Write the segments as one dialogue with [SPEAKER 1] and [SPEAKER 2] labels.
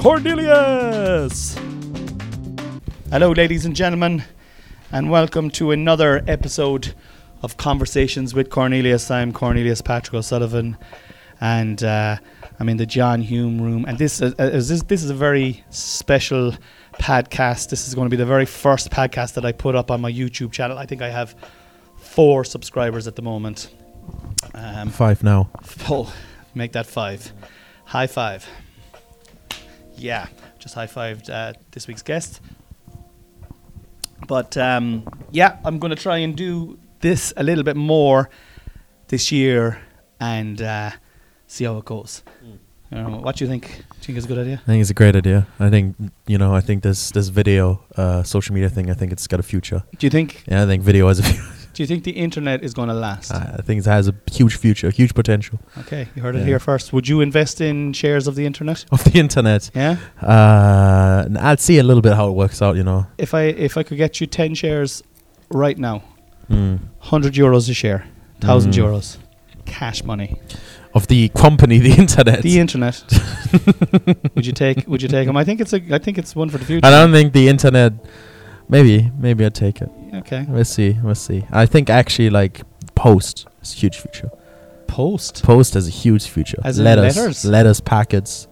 [SPEAKER 1] Cornelius. Hello, ladies and gentlemen, and welcome to another episode of Conversations with Cornelius. I'm Cornelius Patrick O'Sullivan, and uh, I'm in the John Hume room. And this is, is this, this is a very special podcast. This is going to be the very first podcast that I put up on my YouTube channel. I think I have four subscribers at the moment. Um,
[SPEAKER 2] Five now.
[SPEAKER 1] oh, make that five. High five. Yeah, just high fived uh, this week's guest. But um, yeah, I'm going to try and do this a little bit more this year and uh, see how it goes. I don't know, what do you think? Do you think it's a good idea?
[SPEAKER 2] I think it's a great idea. I think you know. I think this this video, uh, social media thing. I think it's got a future.
[SPEAKER 1] Do you think?
[SPEAKER 2] Yeah, I think video has a. Fu-
[SPEAKER 1] Do you think the internet is going to last?
[SPEAKER 2] I think it has a huge future, huge potential
[SPEAKER 1] okay, you heard it
[SPEAKER 2] Yeah.
[SPEAKER 1] here first. Would you invest in shares of the internet?
[SPEAKER 2] of the internet.
[SPEAKER 1] Yeah.
[SPEAKER 2] Uh, n- I'll see a little bit how it works out. You know.
[SPEAKER 1] If I if I could get you ten shares right now,
[SPEAKER 2] Mm.
[SPEAKER 1] hundred euros a share, thousand
[SPEAKER 2] Mm.
[SPEAKER 1] euros, cash money.
[SPEAKER 2] Of the company, the internet.
[SPEAKER 1] the internet. would you take? Would you take them? I think it's a. I think it's one for the future.
[SPEAKER 2] I don't think the internet. Maybe, maybe I'd take it.
[SPEAKER 1] Okay.
[SPEAKER 2] We'll see. We'll see. I think actually, like post is a huge future.
[SPEAKER 1] Post.
[SPEAKER 2] Post has a huge future.
[SPEAKER 1] As in
[SPEAKER 2] letters,
[SPEAKER 1] letters?
[SPEAKER 2] letters, packets.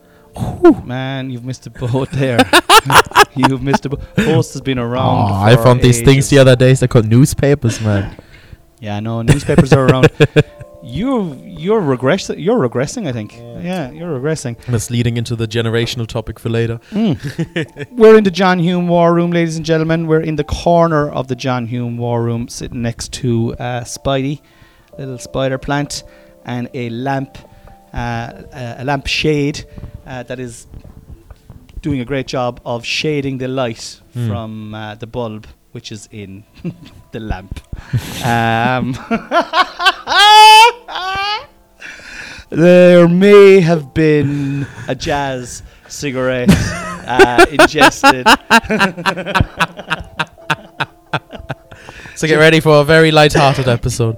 [SPEAKER 1] Man, you've missed a boat there. you've missed a boat. Post has been around.
[SPEAKER 2] Oh, I
[SPEAKER 1] for
[SPEAKER 2] found these things
[SPEAKER 1] ages.
[SPEAKER 2] the other days. They're called newspapers, man.
[SPEAKER 1] Yeah, no, newspapers are around. You you're regressing. You're regressing. I think. Yeah, you're regressing.
[SPEAKER 2] That's leading into the generational topic for later.
[SPEAKER 1] Mm. We're in the John Hume War Room, ladies and gentlemen. We're in the corner of the John Hume War Room, sitting next to uh, Spidey, little spider plant, and a lamp, uh, a lamp shade uh, that is doing a great job of shading the light
[SPEAKER 2] Mm.
[SPEAKER 1] from uh, the bulb, which is in the lamp. um, there may have been a jazz cigarette uh, ingested.
[SPEAKER 2] So get ready for a very light-hearted episode.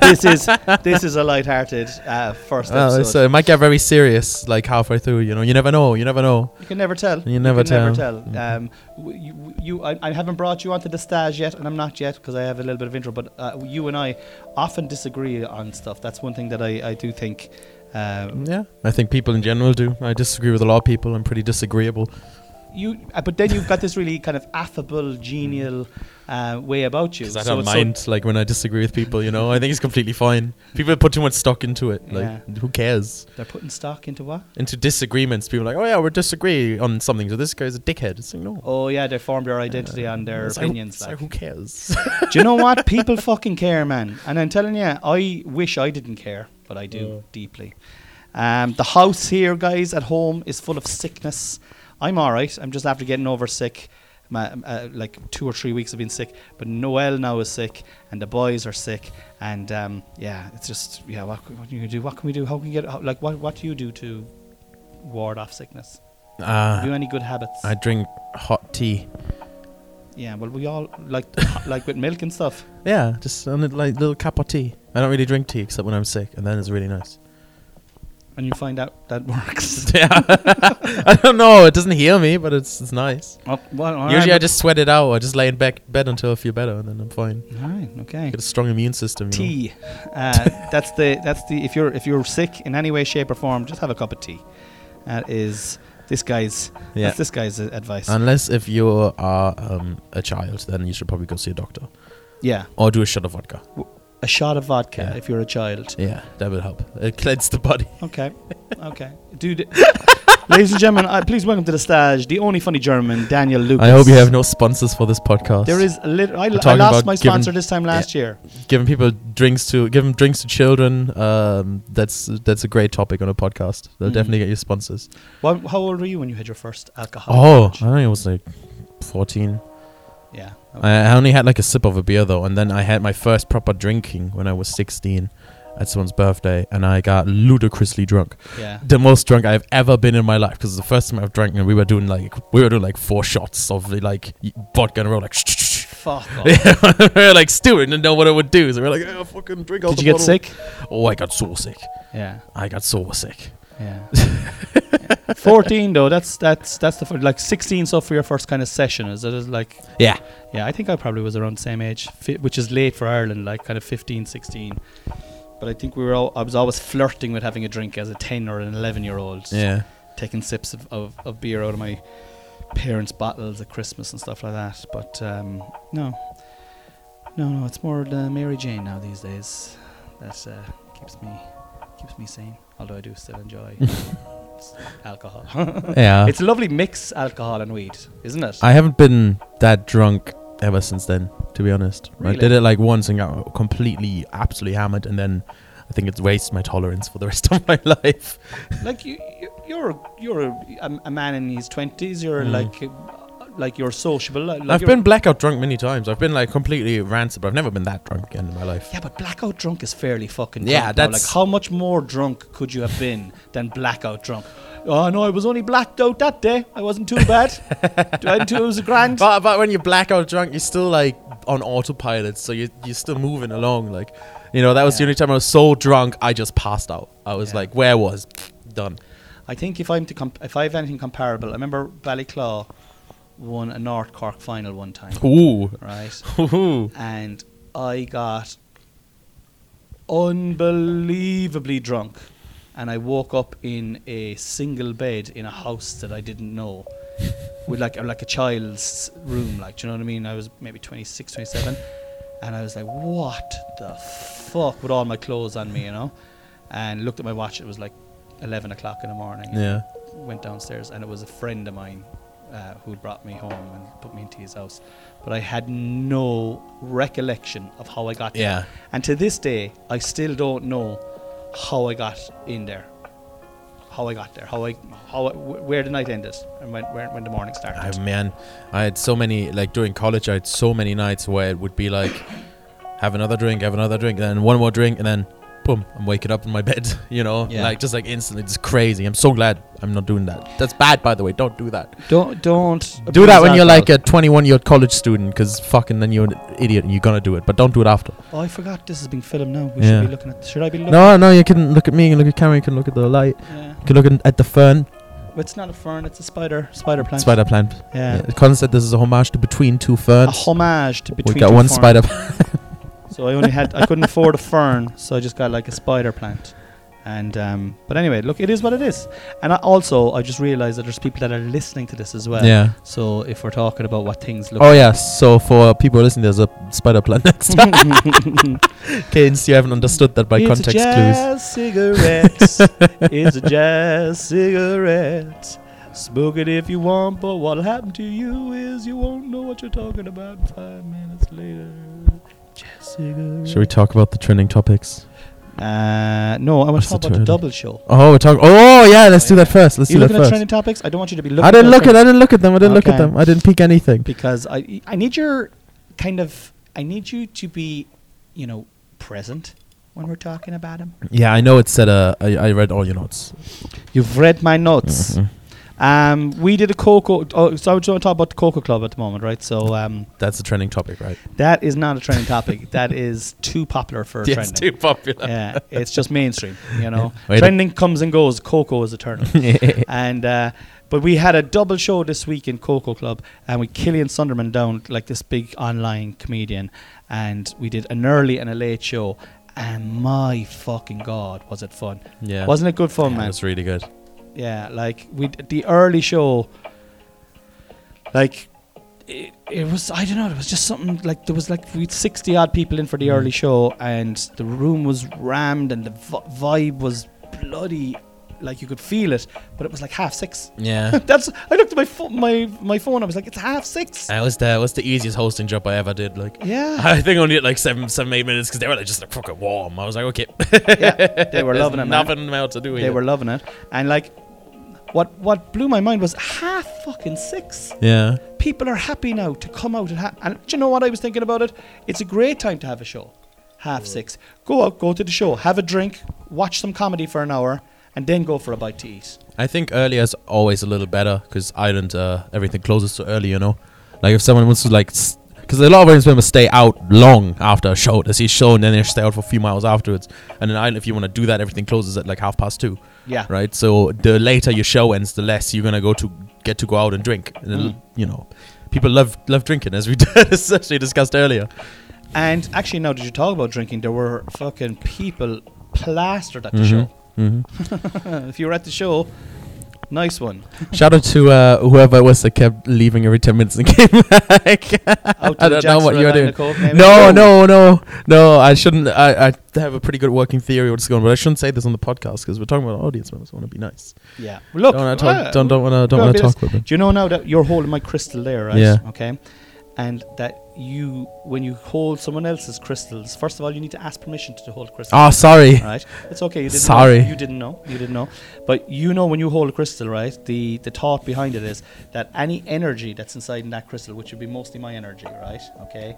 [SPEAKER 1] This is this is a light-hearted uh, first
[SPEAKER 2] Uh,
[SPEAKER 1] episode.
[SPEAKER 2] so it might get very serious, like halfway through. You know, you never know. You never know.
[SPEAKER 1] you can never tell.
[SPEAKER 2] You never
[SPEAKER 1] can never
[SPEAKER 2] tell.
[SPEAKER 1] tell. Um, w- you, you I, I haven't brought you onto the stage yet, and I'm not yet because I have a little bit of intro. But uh, you and I often disagree on stuff. That's one thing that I, I do think. Um,
[SPEAKER 2] Yeah, I think people in general do. I disagree with a lot of people. I'm pretty disagreeable.
[SPEAKER 1] you uh, but then you've got this really kind of affable genial uh, way about you
[SPEAKER 2] Because I
[SPEAKER 1] So
[SPEAKER 2] don't
[SPEAKER 1] it's so-
[SPEAKER 2] mind, like when I disagree with people. You know, I think it's completely fine. People put too much stock into it. Like,
[SPEAKER 1] Yeah.
[SPEAKER 2] who cares?
[SPEAKER 1] they're putting stock into what
[SPEAKER 2] Into disagreements, people are like, oh yeah, we disagree on something. So this guy's a dickhead. It's like no.
[SPEAKER 1] oh yeah they formed their identity on their
[SPEAKER 2] It's like, who-
[SPEAKER 1] opinions
[SPEAKER 2] it's
[SPEAKER 1] like.
[SPEAKER 2] like, who cares?
[SPEAKER 1] do you know what people fucking care man and i'm telling you i wish i didn't care but i do deeply um, the house here guys at home is full of sickness i'm all right i'm just after getting over sick my, uh, like two or three weeks of being sick but noel now is sick and the boys are sick and um, yeah it's just yeah what, c- what can you do what can we do how can we get how, like what, what do you do to ward off sickness
[SPEAKER 2] Ah,
[SPEAKER 1] do you have any good habits
[SPEAKER 2] I drink hot tea.
[SPEAKER 1] yeah well we all like like with milk and stuff
[SPEAKER 2] Yeah, just a little, like little cup of tea. I don't really drink tea except when I'm sick, and then it's really nice.
[SPEAKER 1] and you find out that works
[SPEAKER 2] yeah, I don't know. It doesn't heal me, but it's it's nice.
[SPEAKER 1] Oh, well, all
[SPEAKER 2] Usually, I
[SPEAKER 1] right,
[SPEAKER 2] just sweat it out. I just lay in back bed until I feel better, and then I'm fine.
[SPEAKER 1] but- all right, okay.
[SPEAKER 2] Get a strong immune system. You
[SPEAKER 1] Tea. Uh, that's the that's the if you're if you're sick in any way, shape, or form, just have a cup of tea. That is this guy's
[SPEAKER 2] know? Yeah.
[SPEAKER 1] that's this guy's uh, advice.
[SPEAKER 2] Unless if you are um, a child, then you should probably go see a doctor
[SPEAKER 1] yeah,
[SPEAKER 2] or do a shot of vodka.
[SPEAKER 1] a shot of vodka
[SPEAKER 2] Yeah.
[SPEAKER 1] if you're a child.
[SPEAKER 2] Yeah, that would help. It cleanses the body.
[SPEAKER 1] Okay, okay, dude. Ladies and gentlemen, uh, please welcome to the stage the only funny German, Daniel Lucas.
[SPEAKER 2] I hope you have no sponsors for this podcast.
[SPEAKER 1] There is lit- I, I
[SPEAKER 2] talking
[SPEAKER 1] lost
[SPEAKER 2] about
[SPEAKER 1] my
[SPEAKER 2] giving-
[SPEAKER 1] sponsor this time last year.
[SPEAKER 2] giving people drinks to giving drinks to children. Um, that's that's a great topic on a podcast. They'll
[SPEAKER 1] Mhm.
[SPEAKER 2] definitely get you sponsors.
[SPEAKER 1] What, how old were you when you had your first alcohol?
[SPEAKER 2] Oh, I think it was like fourteen.
[SPEAKER 1] yeah.
[SPEAKER 2] I I only had like a sip of a beer though, and then I had my first proper drinking when I was sixteen at someone's birthday, and I got ludicrously drunk.
[SPEAKER 1] yeah.
[SPEAKER 2] The most drunk I've ever been in my life because the first time I've drank, and we were doing like we were doing like four shots of like vodka, and we were like.
[SPEAKER 1] Fuck off.
[SPEAKER 2] Yeah, we were like stupid, didn't know what it would do. So we were like, oh, fucking drink all
[SPEAKER 1] Did
[SPEAKER 2] the
[SPEAKER 1] you get
[SPEAKER 2] bottle."
[SPEAKER 1] sick?
[SPEAKER 2] Oh, I got so sick.
[SPEAKER 1] Yeah.
[SPEAKER 2] I got so sick.
[SPEAKER 1] Yeah. 14 though that's that's that's the fir- like 16 so for your first kind of session is it is like
[SPEAKER 2] Yeah.
[SPEAKER 1] yeah i think i probably was around the same age fi- which is late for ireland like kind of 15 16 but i think we were all i was always flirting with having a drink as a 10 or an 11 year old
[SPEAKER 2] Yeah.
[SPEAKER 1] taking sips of, of, of beer out of my parents bottles at christmas and stuff like that but um no no no it's more the mary jane now these days that uh, keeps me keeps me sane although i do still enjoy alcohol
[SPEAKER 2] Yeah.
[SPEAKER 1] it's a lovely mix, alcohol and weed, isn't it?
[SPEAKER 2] I haven't been that drunk ever since then, to be honest.
[SPEAKER 1] Really?
[SPEAKER 2] I did it like once and got completely, absolutely hammered, and then I think it's wasted my tolerance for the rest of my life.
[SPEAKER 1] like you, you- you're a, you're a, a, a man in his twenties. You're
[SPEAKER 2] Mm.
[SPEAKER 1] like uh, like you're sociable. Like
[SPEAKER 2] I've
[SPEAKER 1] you're-
[SPEAKER 2] been blackout drunk many times. I've been like completely rancid, but I've never been that drunk again in my life.
[SPEAKER 1] Yeah, but blackout drunk is fairly fucking. Drunk
[SPEAKER 2] Yeah,
[SPEAKER 1] now.
[SPEAKER 2] that's-
[SPEAKER 1] like how much more drunk could you have been than blackout drunk? Oh no, I was only blacked out that day. I wasn't too bad. I it was a grand.
[SPEAKER 2] But, but when you're blackout drunk, you're still like on autopilot, so you you're still moving along. Like, you know, that was the
[SPEAKER 1] Yeah.
[SPEAKER 2] only time I was so drunk I just passed out. I was
[SPEAKER 1] Yeah.
[SPEAKER 2] like, where was done?
[SPEAKER 1] I think if I'm to comp- if I have anything comparable, I remember Ballyclaw won a North Cork final one time,
[SPEAKER 2] Ooh,
[SPEAKER 1] right?
[SPEAKER 2] ooh,
[SPEAKER 1] and I got unbelievably drunk. And I woke up in a single bed in a house that I didn't know, with like like a child's room, like do you know what I mean? I was maybe 26, 27, and I was like, what the fuck, with all my clothes on me, you know? And looked at my watch; it was like 11 o'clock in the morning
[SPEAKER 2] yeah.
[SPEAKER 1] went downstairs and it was a friend of mine uh, who brought me home and put me into his house. But I had no recollection of how I got there.
[SPEAKER 2] Yeah.
[SPEAKER 1] And to this day, I still don't know how I got in there. How I got there, how I, how I, wh- where the night ended, and when, where, when the morning started.
[SPEAKER 2] I, man, I had so many like during college. I had so many nights where it would be like, have another drink, have another drink, then one more drink, and then boom, I'm waking up in my bed. You know,
[SPEAKER 1] Yeah.
[SPEAKER 2] like just like instantly, just crazy. I'm so glad I'm not doing that. That's bad, by the way. Don't do that.
[SPEAKER 1] don't don't
[SPEAKER 2] Do that when you're like a 21 year old college student, because fucking then you're an idiot and you're gonna do it, but don't do it after.
[SPEAKER 1] Oh, I forgot this is being filmed now. We
[SPEAKER 2] Yeah.
[SPEAKER 1] should be looking at. Should I be looking?
[SPEAKER 2] No, no, you can look at me, you can look at camera, you can look at the light,
[SPEAKER 1] Yeah.
[SPEAKER 2] you can look in- at the fern,
[SPEAKER 1] It's not a fern. It's a spider. Spider plant.
[SPEAKER 2] spider plant.
[SPEAKER 1] Yeah.
[SPEAKER 2] The concept this is a homage to between two
[SPEAKER 1] A
[SPEAKER 2] ferns.
[SPEAKER 1] homage to between.
[SPEAKER 2] we got
[SPEAKER 1] two
[SPEAKER 2] one
[SPEAKER 1] ferns.
[SPEAKER 2] spider.
[SPEAKER 1] So I only had I couldn't afford a fern, so I just got like a spider plant. And um, but anyway, look, it is what it is. And I also I just realized that there's people that are listening to this as well.
[SPEAKER 2] yeah.
[SPEAKER 1] So if we're talking about what things look.
[SPEAKER 2] Oh yeah. So for people listening, there's a spider plant next. to Kids, you haven't understood that by
[SPEAKER 1] it's a
[SPEAKER 2] context clues.
[SPEAKER 1] jazz cigarette. it's a jazz cigarette. Smoke it if you want, but what'll happen to you is you won't know what you're talking about five minutes later. Jazz cigarette.
[SPEAKER 2] Should we talk about the trending topics?
[SPEAKER 1] Uh, no, I want
[SPEAKER 2] What's
[SPEAKER 1] to talk
[SPEAKER 2] the
[SPEAKER 1] about the
[SPEAKER 2] term?
[SPEAKER 1] double show.
[SPEAKER 2] Oh, we're talking. Oh yeah, let's
[SPEAKER 1] Oh,
[SPEAKER 2] do
[SPEAKER 1] yeah.
[SPEAKER 2] that first. Let's
[SPEAKER 1] you
[SPEAKER 2] do
[SPEAKER 1] looking
[SPEAKER 2] that
[SPEAKER 1] at
[SPEAKER 2] first.
[SPEAKER 1] trending topics? I don't want you to be looking.
[SPEAKER 2] I didn't
[SPEAKER 1] those
[SPEAKER 2] look at. I didn't look at them. I didn't look at
[SPEAKER 1] Okay.
[SPEAKER 2] them. I didn't peek anything.
[SPEAKER 1] because I I need your kind of I need you to be you know present when we're talking about him.
[SPEAKER 2] Yeah, I know it said. Uh, I, I read all your notes.
[SPEAKER 1] You've read my notes.
[SPEAKER 2] Mm-hmm.
[SPEAKER 1] Um, we did a Coco. Oh, so I just want to talk about the Coco Club at the moment, right? So um,
[SPEAKER 2] That's a trending topic, right?
[SPEAKER 1] that is not a trending topic. that is too popular for
[SPEAKER 2] Yes,
[SPEAKER 1] trending.
[SPEAKER 2] too popular.
[SPEAKER 1] yeah, it's just mainstream, you know.
[SPEAKER 2] Wait a-
[SPEAKER 1] Trending comes and goes. Coco is eternal. and uh, but we had a double show this week in Coco Club, and we Killian Sunderman down like this big online comedian, and we did an early and a late show, and my fucking god, was it fun?
[SPEAKER 2] Yeah.
[SPEAKER 1] Wasn't it good fun,
[SPEAKER 2] Yeah,
[SPEAKER 1] man?
[SPEAKER 2] That's really good.
[SPEAKER 1] Yeah, like we d- the early show, like it, it was I don't know it was just something like there was like we had sixty odd people in for
[SPEAKER 2] Mm.
[SPEAKER 1] the early show and the room was rammed and the v- vibe was bloody like you could feel it, but it was like half six.
[SPEAKER 2] Yeah.
[SPEAKER 1] That's I looked at my pho- my my phone. I was like, it's half six.
[SPEAKER 2] That was the that was the easiest hosting job I ever did. Like,
[SPEAKER 1] Yeah,
[SPEAKER 2] I think I only did like seven, seven, eight minutes because they were like just like fucking warm. I was like, okay,
[SPEAKER 1] yeah. They were
[SPEAKER 2] there's
[SPEAKER 1] loving it, man.
[SPEAKER 2] Nothing else to do.
[SPEAKER 1] They
[SPEAKER 2] here.
[SPEAKER 1] were loving it, and like, what what blew my mind was half fucking six.
[SPEAKER 2] Yeah.
[SPEAKER 1] people are happy now to come out and, ha- and do you know what I was thinking about it? It's a great time to have a show. Half six. Go out, go to the show, have a drink, watch some comedy for an hour, and then go for a bite to eat.
[SPEAKER 2] I think earlier is always a little better because Ireland, uh, everything closes so early, you know? Like if someone wants to, like, because a lot of Irish members stay out long after a show. They see a show and then they stay out for a few miles afterwards. And in Ireland, if you want to do that, everything closes at like half past two,
[SPEAKER 1] Yeah.
[SPEAKER 2] right? So the later your show ends, the less you're going to go to get to go out and drink. And it'll-
[SPEAKER 1] Mm.
[SPEAKER 2] You know, people love love drinking, as we essentially discussed earlier.
[SPEAKER 1] And actually, now that you talk about drinking, there were fucking people plastered at the
[SPEAKER 2] Mm-hmm.
[SPEAKER 1] show. Uh, if you were at the show, nice one.
[SPEAKER 2] Shout out to uh, whoever it was that kept leaving every 10 minutes and came back.
[SPEAKER 1] Out to the
[SPEAKER 2] I don't know what
[SPEAKER 1] Jackson
[SPEAKER 2] you're
[SPEAKER 1] Line
[SPEAKER 2] doing.
[SPEAKER 1] in the Cove, maybe?
[SPEAKER 2] No, no, no, no. I shouldn't. I, I have a pretty good working theory what's going, on, but I shouldn't say this on the podcast because we're talking about audience members. I want to be nice.
[SPEAKER 1] Yeah. Look,
[SPEAKER 2] don't want to
[SPEAKER 1] uh,
[SPEAKER 2] talk. Don't don't want to don't
[SPEAKER 1] Well,
[SPEAKER 2] want to
[SPEAKER 1] because-
[SPEAKER 2] talk with them.
[SPEAKER 1] Do you know now that you're holding my crystal there, right?
[SPEAKER 2] Yeah.
[SPEAKER 1] Okay. And that you, when you hold someone else's crystals, first of all, you need to ask permission to hold crystals.
[SPEAKER 2] Oh, sorry.
[SPEAKER 1] Right. It's okay. You didn't
[SPEAKER 2] Sorry.
[SPEAKER 1] Know, you didn't know. You didn't know. But you know when you hold a crystal, right? The the thought behind it is that any energy that's inside in that crystal, which would be mostly my energy, right? Okay.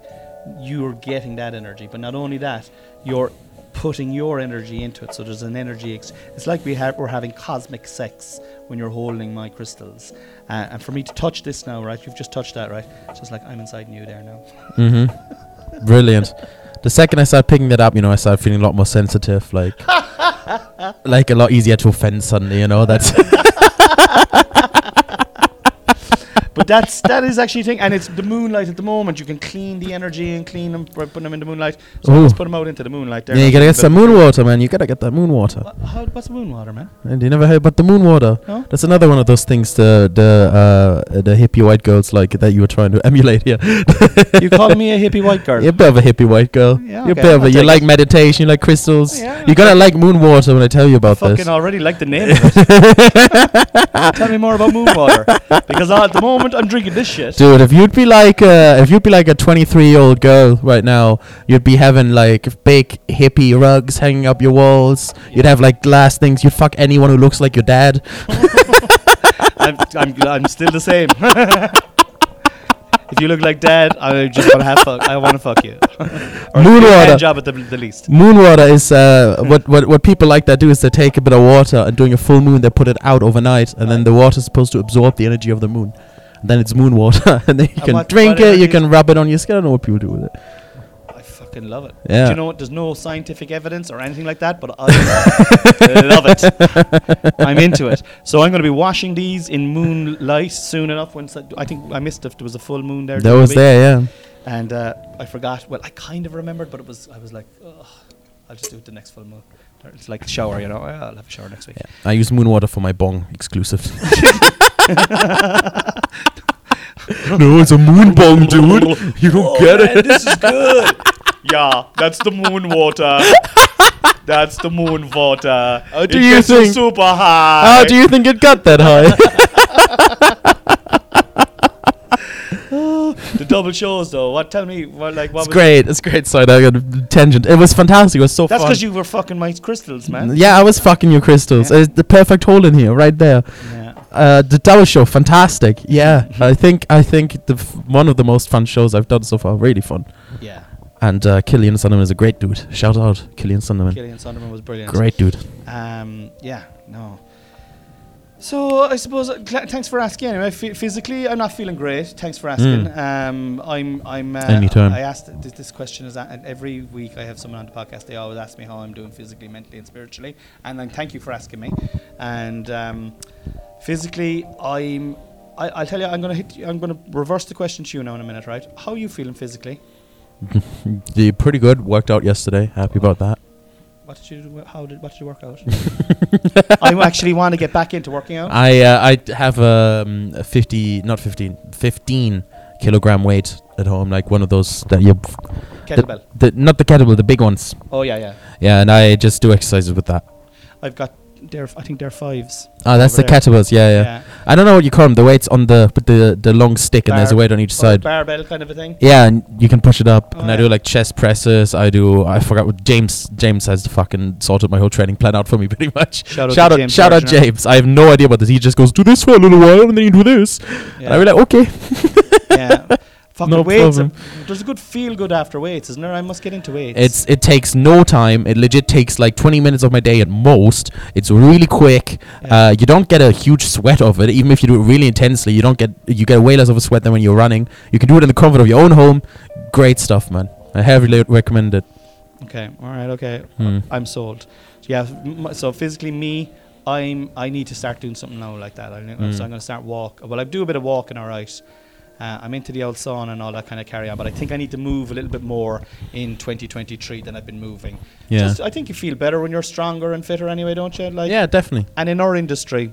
[SPEAKER 1] You're getting that energy, but not only that, you're putting your energy into it. So there's an energy. Ex- it's like we have we're having cosmic sex when you're holding my crystals. Uh, and for me to touch this now, right? You've just touched that, right? So it's like I'm inside you there now.
[SPEAKER 2] Mm-hmm. Brilliant. The second I started picking that up, you know, I started feeling a lot more sensitive, like, like a lot easier to offend suddenly. You know, that's
[SPEAKER 1] but that's that is actually a thing, and it's the moonlight at the moment. You can clean the energy and clean them by putting them in the moonlight. So
[SPEAKER 2] Ooh.
[SPEAKER 1] let's put them out into the moonlight. There,
[SPEAKER 2] yeah. You
[SPEAKER 1] now.
[SPEAKER 2] gotta get
[SPEAKER 1] But-
[SPEAKER 2] some moon water, man. You gotta get that moon water.
[SPEAKER 1] Wha- how, what's the moon water, man?
[SPEAKER 2] And you never heard about the moon water?
[SPEAKER 1] No?
[SPEAKER 2] That's another one of those things the the uh, the hippie white girls like that you were trying to emulate here.
[SPEAKER 1] you call me a hippie white girl?
[SPEAKER 2] You're a bit of a hippie white girl.
[SPEAKER 1] Yeah,
[SPEAKER 2] You're a
[SPEAKER 1] okay,
[SPEAKER 2] bit of
[SPEAKER 1] I'll
[SPEAKER 2] a, you
[SPEAKER 1] take
[SPEAKER 2] like
[SPEAKER 1] it.
[SPEAKER 2] meditation, you like crystals.
[SPEAKER 1] Yeah,
[SPEAKER 2] You're gonna like moon water when I tell you
[SPEAKER 1] I
[SPEAKER 2] about
[SPEAKER 1] fucking
[SPEAKER 2] this.
[SPEAKER 1] already like the name. of it. Tell me more about moon water, because at the moment I'm drinking this shit.
[SPEAKER 2] Dude, if you'd be like a, if you'd be like a 23 year old girl right now, you'd be having like big hippie rugs hanging up your walls. You'd have like glass things. You'd fuck anyone who looks like your dad.
[SPEAKER 1] I'm, I'm, gl- I'm still the same. if you look like dad, I just want to have fuck. I want to fuck you. Or
[SPEAKER 2] Moon
[SPEAKER 1] give you a
[SPEAKER 2] water.
[SPEAKER 1] job at the, the least.
[SPEAKER 2] Moon water is uh, what, what what people like that do is they take a bit of water and during a full moon they put it out overnight and then the water is supposed to absorb the energy of the moon. And then it's moon water and then you
[SPEAKER 1] And
[SPEAKER 2] can
[SPEAKER 1] what- what
[SPEAKER 2] drink it,
[SPEAKER 1] energy
[SPEAKER 2] you
[SPEAKER 1] is-
[SPEAKER 2] can rub it on your skin. I don't know what people do with it.
[SPEAKER 1] I fucking love it.
[SPEAKER 2] Yeah.
[SPEAKER 1] Do you know what? There's no scientific evidence or anything like that, but I love it. I'm into it. So I'm going to be washing these in moonlight soon enough. Once I, I think I missed if there was a full moon there.
[SPEAKER 2] That
[SPEAKER 1] during the
[SPEAKER 2] was
[SPEAKER 1] week.
[SPEAKER 2] there, yeah.
[SPEAKER 1] And uh, I forgot. Well, I kind of remembered, but it was I was like, Ugh, I'll just do it the next full moon. It's like a shower, you know. "Ah, I'll have a shower next week.
[SPEAKER 2] I use moon water for my bong exclusive. no, it's a moon bong, dude. You don't
[SPEAKER 1] Oh,
[SPEAKER 2] get it.
[SPEAKER 1] this is good. yeah, that's the moon water. That's the moon water.
[SPEAKER 2] How do It you gets you think-
[SPEAKER 1] super high.
[SPEAKER 2] How do you think it got that high?
[SPEAKER 1] The double shows though. What? Tell me. What? Like what?
[SPEAKER 2] it's
[SPEAKER 1] was
[SPEAKER 2] great. It's great. Sorry, that got a tangent. It was fantastic. It was so
[SPEAKER 1] That's
[SPEAKER 2] fun.
[SPEAKER 1] because you were fucking my crystals, man.
[SPEAKER 2] Yeah, I was fucking your crystals.
[SPEAKER 1] Yeah.
[SPEAKER 2] It's the perfect hole in here, right there.
[SPEAKER 1] Yeah.
[SPEAKER 2] Uh, the double show, fantastic. Yeah, I think I think the f- one of the most fun shows I've done so far. Really fun.
[SPEAKER 1] Yeah.
[SPEAKER 2] And uh, Killian Sunderman is a great dude. Shout out Killian Sunderman.
[SPEAKER 1] Gillian Sunderman was brilliant.
[SPEAKER 2] Great dude.
[SPEAKER 1] Um. Yeah. No. So I suppose. uh, cl- thanks for asking. Anyway, Phy- physically, I'm not feeling great. Thanks for asking.
[SPEAKER 2] Mm.
[SPEAKER 1] Um. I'm. I'm. Uh,
[SPEAKER 2] Anytime.
[SPEAKER 1] I asked this, this question is a- every week. I have someone on the podcast. They always ask me how I'm doing physically, mentally, and spiritually. And then thank you for asking me. And um, physically, I'm. I, I'll tell you. I'm gonna hit. You, I'm gonna reverse the question to you now in a minute. Right? How are you feeling physically?
[SPEAKER 2] Yeah, pretty good. Worked out yesterday. Happy about that.
[SPEAKER 1] What did you do? How did what did you work out? I actually want to get back into working out.
[SPEAKER 2] I uh, I d- have um, a 50, not 15, 15 kilogram weight at home, like one of those that you.
[SPEAKER 1] Kettlebell.
[SPEAKER 2] The, the, not the kettlebell, the big ones.
[SPEAKER 1] Oh yeah, yeah.
[SPEAKER 2] Yeah, and I just do exercises with that.
[SPEAKER 1] I've got they're I think they're fives.
[SPEAKER 2] Ah, that's
[SPEAKER 1] over
[SPEAKER 2] the kettlebells. Yeah, yeah, I don't know what you call them. The weights on the with the the long stick and there's a
[SPEAKER 1] Bar-
[SPEAKER 2] weight on each
[SPEAKER 1] Or
[SPEAKER 2] side.
[SPEAKER 1] barbell kind of a thing.
[SPEAKER 2] Yeah, and you can push it up.
[SPEAKER 1] Oh,
[SPEAKER 2] and I
[SPEAKER 1] yeah.
[SPEAKER 2] do like chest presses. I do. I forgot what James. James has fucking sorted my whole training plan out for me, pretty much.
[SPEAKER 1] Shout out
[SPEAKER 2] shout
[SPEAKER 1] to
[SPEAKER 2] out,
[SPEAKER 1] James
[SPEAKER 2] shout out,
[SPEAKER 1] Fortuner.
[SPEAKER 2] James. I have no idea about this. He just goes do this for a little while, and then you do this. And I
[SPEAKER 1] Yeah.
[SPEAKER 2] was like, okay.
[SPEAKER 1] yeah. Fucking
[SPEAKER 2] Oh, No
[SPEAKER 1] weights.
[SPEAKER 2] problem.
[SPEAKER 1] uh, There's a good feel good after weights, isn't there? I must get into weights.
[SPEAKER 2] It's it takes no time. It legit takes like 20 minutes of my day at most. It's really quick.
[SPEAKER 1] Yeah.
[SPEAKER 2] Uh, you don't get a huge sweat of it, even if you do it really intensely. You don't get you get way less of a sweat than when you're running. You can do it in the comfort of your own home. Great stuff, man. I heavily recommend it.
[SPEAKER 1] okay. All right. Okay.
[SPEAKER 2] Hmm.
[SPEAKER 1] I'm sold. Yeah. f- m- So physically, me, I'm. I need to start doing something now like that. I think
[SPEAKER 2] Mm.
[SPEAKER 1] So I'm going to start walk. Well, I do a bit of walking. All right. Uh, I'm into the old sauna and all that kind of carry on, but I think I need to move a little bit more in 2023 than I've been moving.
[SPEAKER 2] Yeah.
[SPEAKER 1] Just- I think you feel better when you're stronger and fitter anyway, don't you? Like,
[SPEAKER 2] yeah, definitely.
[SPEAKER 1] And in our industry,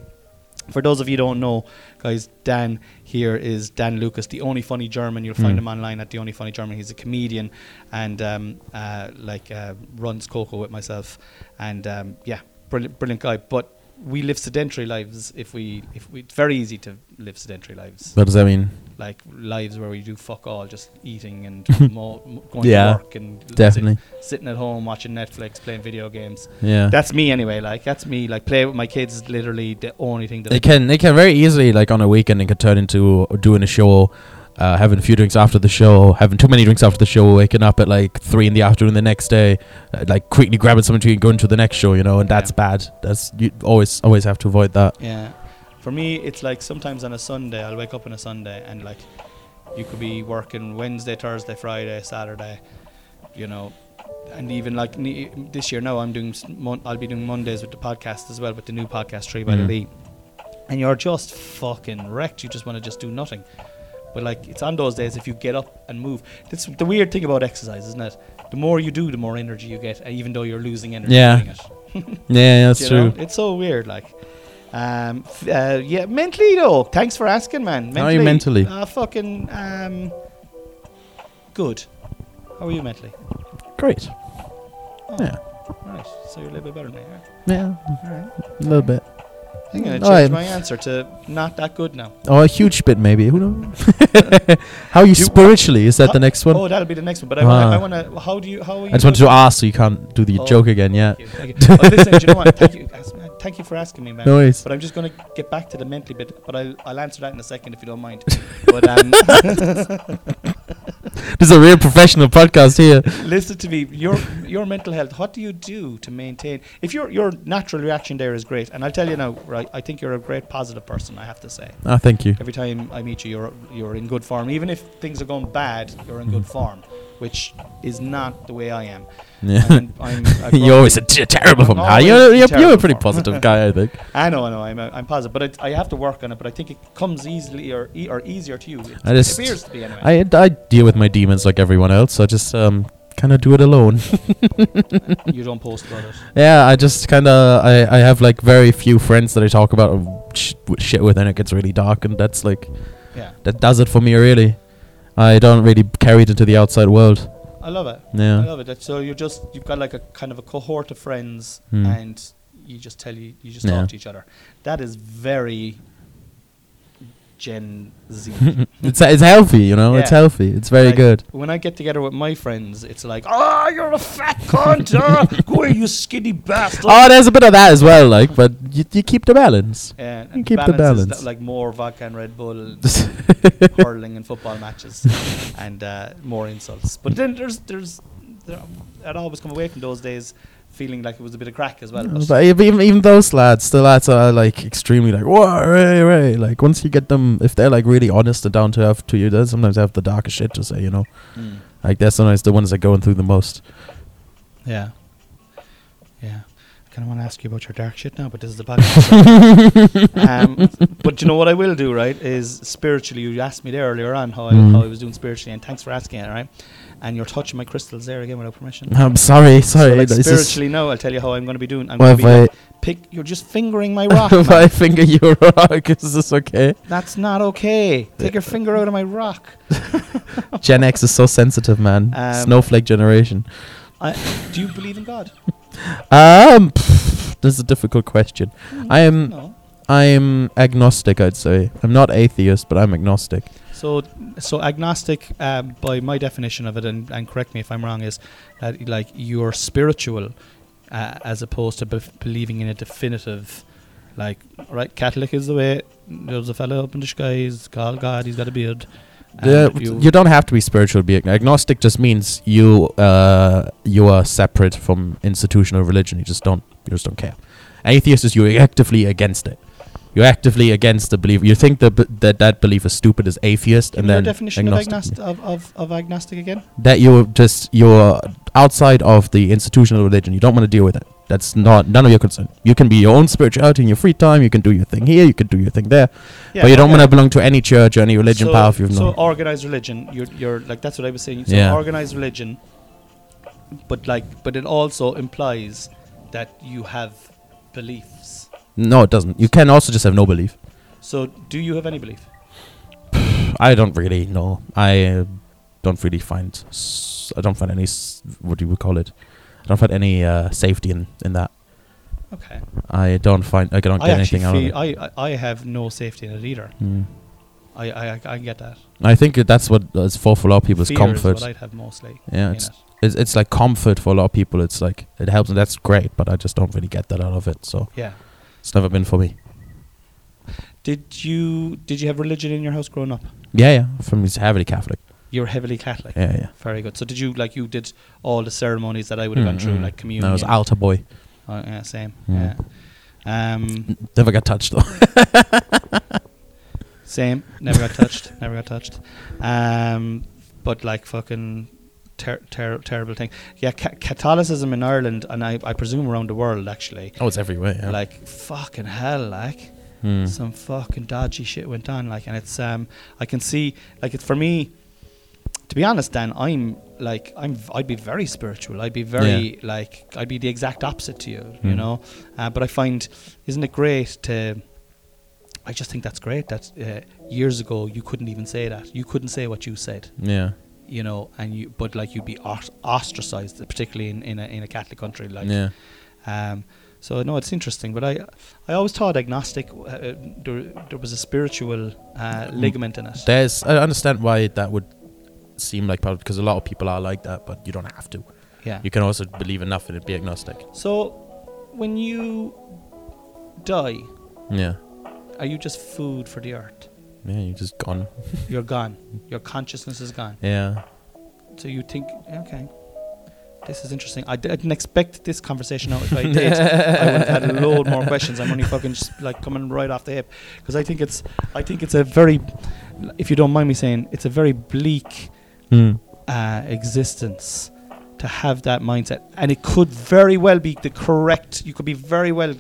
[SPEAKER 1] for those of you who don't know, guys, Dan here is Dan Lucas, the only funny German. You'll find
[SPEAKER 2] Hmm.
[SPEAKER 1] him online at the only funny German. He's a comedian and um, uh, like uh, runs Coco with myself, and um, yeah, brilliant, brilliant guy. But we live sedentary lives. If we, if we, it's very easy to live sedentary lives,
[SPEAKER 2] What does that mean?
[SPEAKER 1] like lives where we do fuck all, just eating and more, going
[SPEAKER 2] Yeah,
[SPEAKER 1] to work and sit-
[SPEAKER 2] Definitely.
[SPEAKER 1] sitting at home watching Netflix, playing video games.
[SPEAKER 2] Yeah.
[SPEAKER 1] That's me anyway. Like that's me. Like play with my kids is literally the only thing that.
[SPEAKER 2] It can it can very easily like on a weekend it can turn into doing a show, uh, having a few drinks after the show, having too many drinks after the show, waking up at like three in the afternoon the next day, uh, like quickly grabbing something to eat and going to the next show, you know, and that's
[SPEAKER 1] Yeah.
[SPEAKER 2] bad. That's you always always have to avoid that.
[SPEAKER 1] yeah, for me it's like sometimes on a Sunday I'll wake up on a Sunday and like, you could be working Wednesday, Thursday, Friday, Saturday, you know, and even like ne- this year now I'm doing s- mon- I'll be doing Mondays with the podcast as well with the new podcast Tree by the
[SPEAKER 2] Mhm.
[SPEAKER 1] Lee, and you're just fucking wrecked. You just want to just do nothing. But like it's on those days if you get up and move. That's the weird thing about exercise, isn't it? The more you do, the more energy you get, uh, even though you're losing energy
[SPEAKER 2] Yeah.
[SPEAKER 1] doing it.
[SPEAKER 2] Yeah, that's
[SPEAKER 1] you
[SPEAKER 2] true.
[SPEAKER 1] know? It's so weird, like. Um, f- uh, yeah, mentally though. Thanks for asking, man.
[SPEAKER 2] How are you mentally?
[SPEAKER 1] Uh, fucking um, good. How are you mentally?
[SPEAKER 2] Great.
[SPEAKER 1] Oh,
[SPEAKER 2] Yeah.
[SPEAKER 1] Right. So you're a little bit better than me. Right?
[SPEAKER 2] Yeah,
[SPEAKER 1] All right.
[SPEAKER 2] a little bit.
[SPEAKER 1] I'm gonna change
[SPEAKER 2] All right.
[SPEAKER 1] my answer to not that good now.
[SPEAKER 2] Or a huge bit maybe. Who knows? How are you spiritually? Is that the next one?
[SPEAKER 1] Oh, that'll be the next one. But I wanna,
[SPEAKER 2] Ah.
[SPEAKER 1] I wanna. How do you? How are you?
[SPEAKER 2] I just wanted to ask so you can't do the
[SPEAKER 1] Oh,
[SPEAKER 2] joke again, yeah.
[SPEAKER 1] Thank you. Thank you. Oh, listen, do you know what? Thank you, as- uh, thank you for asking me, man.
[SPEAKER 2] No worries.
[SPEAKER 1] But I'm just going to get back to the mentally bit, but I'll, I'll answer that in a second if you don't mind. But um,
[SPEAKER 2] This is a real professional podcast here.
[SPEAKER 1] listen to me, your your mental health. What do you do to maintain? If your your natural reaction there is great, and I'll tell you now, right? I think you're a great positive person. I have to say,
[SPEAKER 2] Ah, thank you.
[SPEAKER 1] every time I meet you, you're you're in good form. Even if things are going bad, you're in good
[SPEAKER 2] Mm.
[SPEAKER 1] form, which is not the way I am.
[SPEAKER 2] Yeah.
[SPEAKER 1] And I'm, I
[SPEAKER 2] you're always a t- terrible
[SPEAKER 1] I'm
[SPEAKER 2] for me. Ah,
[SPEAKER 1] always
[SPEAKER 2] You're, you're, you're a
[SPEAKER 1] terrible
[SPEAKER 2] pretty
[SPEAKER 1] for-
[SPEAKER 2] positive guy, I think.
[SPEAKER 1] I know, I know, I'm, I'm positive, but it, I have to work on it. But I think it comes easily or, e- or easier to you. It
[SPEAKER 2] I just-
[SPEAKER 1] appears to be anyway.
[SPEAKER 2] I, I deal with my demons like everyone else. So I just um kind of do it alone.
[SPEAKER 1] you don't post about it.
[SPEAKER 2] yeah, I just kind of I, I have like very few friends that I talk about uh, sh- w- shit with, and it gets really dark, and that's like
[SPEAKER 1] Yeah,
[SPEAKER 2] that does it for me really. I don't really carry it into the outside world.
[SPEAKER 1] I love it. I
[SPEAKER 2] Yeah,
[SPEAKER 1] love it. That- So you're just you've got like a kind of a cohort of friends,
[SPEAKER 2] Hmm.
[SPEAKER 1] and you just tell you you just
[SPEAKER 2] Yeah.
[SPEAKER 1] talk to each other. That is very Gen Z.
[SPEAKER 2] it's it's healthy, you know. It's
[SPEAKER 1] Yeah.
[SPEAKER 2] healthy. It's very
[SPEAKER 1] Like,
[SPEAKER 2] good.
[SPEAKER 1] When I get together with my friends, it's like, oh, you're a fat cunt. ah, Who are you, skinny bastard?
[SPEAKER 2] Oh, there's a bit of that as well, like, but you, you keep the balance.
[SPEAKER 1] Yeah,
[SPEAKER 2] You keep the
[SPEAKER 1] is
[SPEAKER 2] balance.
[SPEAKER 1] that, like more vodka and Red Bull, hurling and football matches, and uh, more insults. But then there's there's there, I'd always come away from those days feeling like it was a bit of crack as well. But
[SPEAKER 2] But ev- even even those lads, the lads are like extremely like whoa, ray, ray. Like once you get them, if they're like really honest and down to earth to you, they sometimes have the darkest shit to say. You know,
[SPEAKER 1] Mm,
[SPEAKER 2] like they're sometimes the ones that going through the most.
[SPEAKER 1] yeah, yeah. I kind of want to ask you about your dark shit now, but this is the podcast. um, but you know what I will do, right? Is spiritually, you asked me there earlier on how I,
[SPEAKER 2] Mm.
[SPEAKER 1] how I was doing spiritually, and thanks for asking it, all right? And you're touching my crystals there again without permission.
[SPEAKER 2] I'm sorry, sorry.
[SPEAKER 1] So like
[SPEAKER 2] it's just-
[SPEAKER 1] spiritually, no. I'll tell you how I'm going to be doing. I'm
[SPEAKER 2] Well,
[SPEAKER 1] going to
[SPEAKER 2] if
[SPEAKER 1] be like,
[SPEAKER 2] I
[SPEAKER 1] pick. You're just fingering my rock.
[SPEAKER 2] if
[SPEAKER 1] man.
[SPEAKER 2] I finger your rock, is this okay?
[SPEAKER 1] That's not okay. Take your finger out of my rock.
[SPEAKER 2] Gen X is so sensitive, man.
[SPEAKER 1] Um,
[SPEAKER 2] Snowflake generation.
[SPEAKER 1] I, do you believe in God?
[SPEAKER 2] Um, pff, this is a difficult question. I am I'm agnostic, I'd say. I'm not atheist, but I'm agnostic.
[SPEAKER 1] So, so agnostic, um, by my definition of it, and, and correct me if I'm wrong, is that like you're spiritual, uh, as opposed to bef- believing in a definitive, like right. Catholic is the way. There's a fellow up in the sky. He's called God. He's got a beard. and
[SPEAKER 2] Yeah, you, don't have to be spiritual. to Be ag- agnostic just means you uh, you are separate from institutional religion. You just don't you just don't care. Atheist is you're actively against it. You're actively against the belief. You think that b- that, that belief is stupid is atheist,
[SPEAKER 1] Give
[SPEAKER 2] and
[SPEAKER 1] me your
[SPEAKER 2] then
[SPEAKER 1] definition
[SPEAKER 2] agnostic-
[SPEAKER 1] of, agnost- of, of, of agnostic again.
[SPEAKER 2] that you're just you're outside of the institutional religion. You don't want to deal with it. That's not none of your concern. You can be your own spirituality in your free time. You can do your thing here. You can do your thing there. but you don't want to belong to any church or any religion
[SPEAKER 1] so,
[SPEAKER 2] path. You've
[SPEAKER 1] so
[SPEAKER 2] known.
[SPEAKER 1] organized religion you're, you're like that's what i was saying so
[SPEAKER 2] Yeah.
[SPEAKER 1] organized religion but like but it also implies that you have beliefs
[SPEAKER 2] No, it doesn't. You can also just have no belief.
[SPEAKER 1] so do you have any belief
[SPEAKER 2] I don't really know. I uh, don't really find. S- I don't find any. S- what do you call it? I don't find any uh, safety in, in that.
[SPEAKER 1] okay
[SPEAKER 2] I don't find. I don't
[SPEAKER 1] i
[SPEAKER 2] get
[SPEAKER 1] actually
[SPEAKER 2] anything out of it.
[SPEAKER 1] feel I, I i have no safety in it either
[SPEAKER 2] Mm.
[SPEAKER 1] i i i, I get that
[SPEAKER 2] I think that's what is for for a lot of people is
[SPEAKER 1] Fear
[SPEAKER 2] comfort.
[SPEAKER 1] is what i'd have mostly
[SPEAKER 2] yeah,
[SPEAKER 1] in
[SPEAKER 2] it's,
[SPEAKER 1] it.
[SPEAKER 2] it's it's like comfort for a lot of people. It's like it helps, and that's great. But I just don't really get that out of it. So
[SPEAKER 1] yeah
[SPEAKER 2] it's never been for me.
[SPEAKER 1] did you did you have religion in your house growing up
[SPEAKER 2] Yeah, yeah. From he's heavily Catholic.
[SPEAKER 1] you're heavily catholic
[SPEAKER 2] Yeah, yeah.
[SPEAKER 1] very good so did you like you did all the ceremonies that i would have gone
[SPEAKER 2] Mm,
[SPEAKER 1] through
[SPEAKER 2] mm.
[SPEAKER 1] like communion
[SPEAKER 2] No, I was altar boy.
[SPEAKER 1] Oh, yeah, same. Yeah.
[SPEAKER 2] Yeah.
[SPEAKER 1] Um,
[SPEAKER 2] Never got touched though.
[SPEAKER 1] same. Never got touched. Never got touched. Um, but like fucking ter- ter- terrible thing. Yeah, ca- Catholicism in Ireland, and I, I presume around the world actually.
[SPEAKER 2] oh, it's everywhere. Yeah.
[SPEAKER 1] Like fucking hell, like
[SPEAKER 2] Mm.
[SPEAKER 1] some fucking dodgy shit went on. Like, and it's um, I can see like it's for me. To be honest, Dan, I'm like I'm. v- I'd be very spiritual. I'd be very like I'd be the exact opposite to you. You
[SPEAKER 2] Mm.
[SPEAKER 1] know, uh, but I find isn't it great to. I just think that's great that uh, years ago you couldn't even say that. You couldn't say what you said
[SPEAKER 2] yeah.
[SPEAKER 1] you know, and you but like you'd be os- ostracized, particularly in in a, in a Catholic country like.
[SPEAKER 2] Yeah.
[SPEAKER 1] Um, so no, it's interesting, but I I always thought agnostic uh, uh, there there was a spiritual uh, ligament in it.
[SPEAKER 2] There's, I understand why that would seem like part because a lot of people are like that, but you don't have to.
[SPEAKER 1] yeah.
[SPEAKER 2] You can also believe enough in it, be agnostic.
[SPEAKER 1] So when you die,
[SPEAKER 2] Yeah,
[SPEAKER 1] are you just food for the earth?
[SPEAKER 2] yeah, you're just gone.
[SPEAKER 1] You're gone. Your consciousness is gone.
[SPEAKER 2] Yeah,
[SPEAKER 1] So you think, okay, this is interesting. I, d- I didn't expect this conversation out. If I did, I would have had a load more questions. I'm only fucking just like coming right off the hip because I think it's, I think it's a very, if you don't mind me saying, it's a very bleak
[SPEAKER 2] Hmm.
[SPEAKER 1] uh, existence to have that mindset, and it could very well be the correct. You could be very well